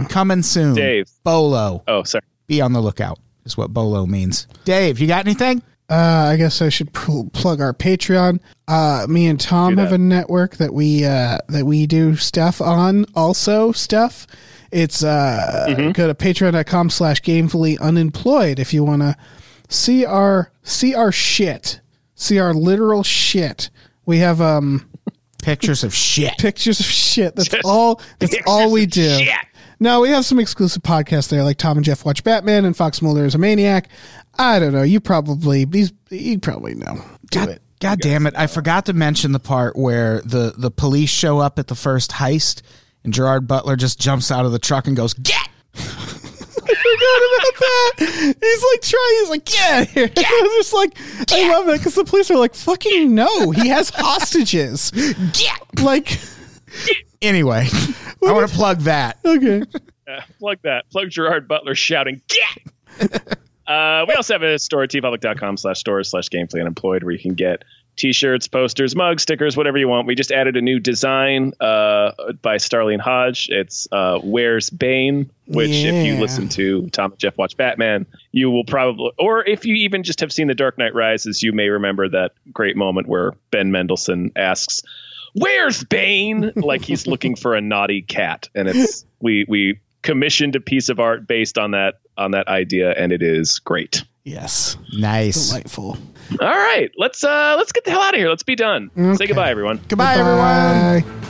[SPEAKER 4] Coming soon.
[SPEAKER 2] Dave.
[SPEAKER 4] Bolo.
[SPEAKER 2] Oh, sorry.
[SPEAKER 4] Be on the lookout is what Bolo means. Dave, you got anything?
[SPEAKER 3] Uh, I guess I should pl- plug our Patreon. Uh, me and Tom
[SPEAKER 2] Do
[SPEAKER 3] have
[SPEAKER 2] that.
[SPEAKER 3] a network that we uh, that we do stuff on. Also, stuff. It's uh,
[SPEAKER 2] Mm-hmm.
[SPEAKER 3] go to patreon.com slash gamefully unemployed if you want to see our see our shit, see our literal shit. We have um
[SPEAKER 4] Pictures of shit.
[SPEAKER 3] pictures of shit. That's all. That's all we do. No, we have some exclusive podcasts there, like Tom and Jeff watch Batman and Fox Mulder is a maniac. I don't know. You probably these. You probably know. Do
[SPEAKER 4] God,
[SPEAKER 3] it.
[SPEAKER 4] God damn it! I forgot to mention the part where the the police show up at the first heist, and Gerard Butler just jumps out of the truck and goes, "Get!"
[SPEAKER 3] forgot about that. He's like trying. He's like, yeah. I was just like, I love it because the police are like, fucking no. He has hostages. Like,
[SPEAKER 4] Anyway, I want to plug that.
[SPEAKER 3] okay.
[SPEAKER 2] Yeah, Uh, plug that. Plug Gerard Butler shouting, get! uh, we also have a store at tpublic.com slash stores slash gameplay unemployed where you can get t-shirts, posters, mugs, stickers, whatever you want. We just added a new design uh, by Starlene Hodge. It's uh, Where's Bane, which if you
[SPEAKER 3] Yeah.
[SPEAKER 2] listen to Tom and Jeff Watch Batman, you will probably, or if you even just have seen The Dark Knight Rises, you may remember that great moment where Ben Mendelsohn asks, where's Bane? Like he's looking for a naughty cat, and it's we we commissioned a piece of art based on that on that idea, and it is great.
[SPEAKER 3] Yes.
[SPEAKER 4] Nice.
[SPEAKER 3] Delightful.
[SPEAKER 2] All right, let's uh let's get the hell out of here. Let's be done. Say goodbye, everyone.
[SPEAKER 4] Goodbye, everyone.
[SPEAKER 3] Bye.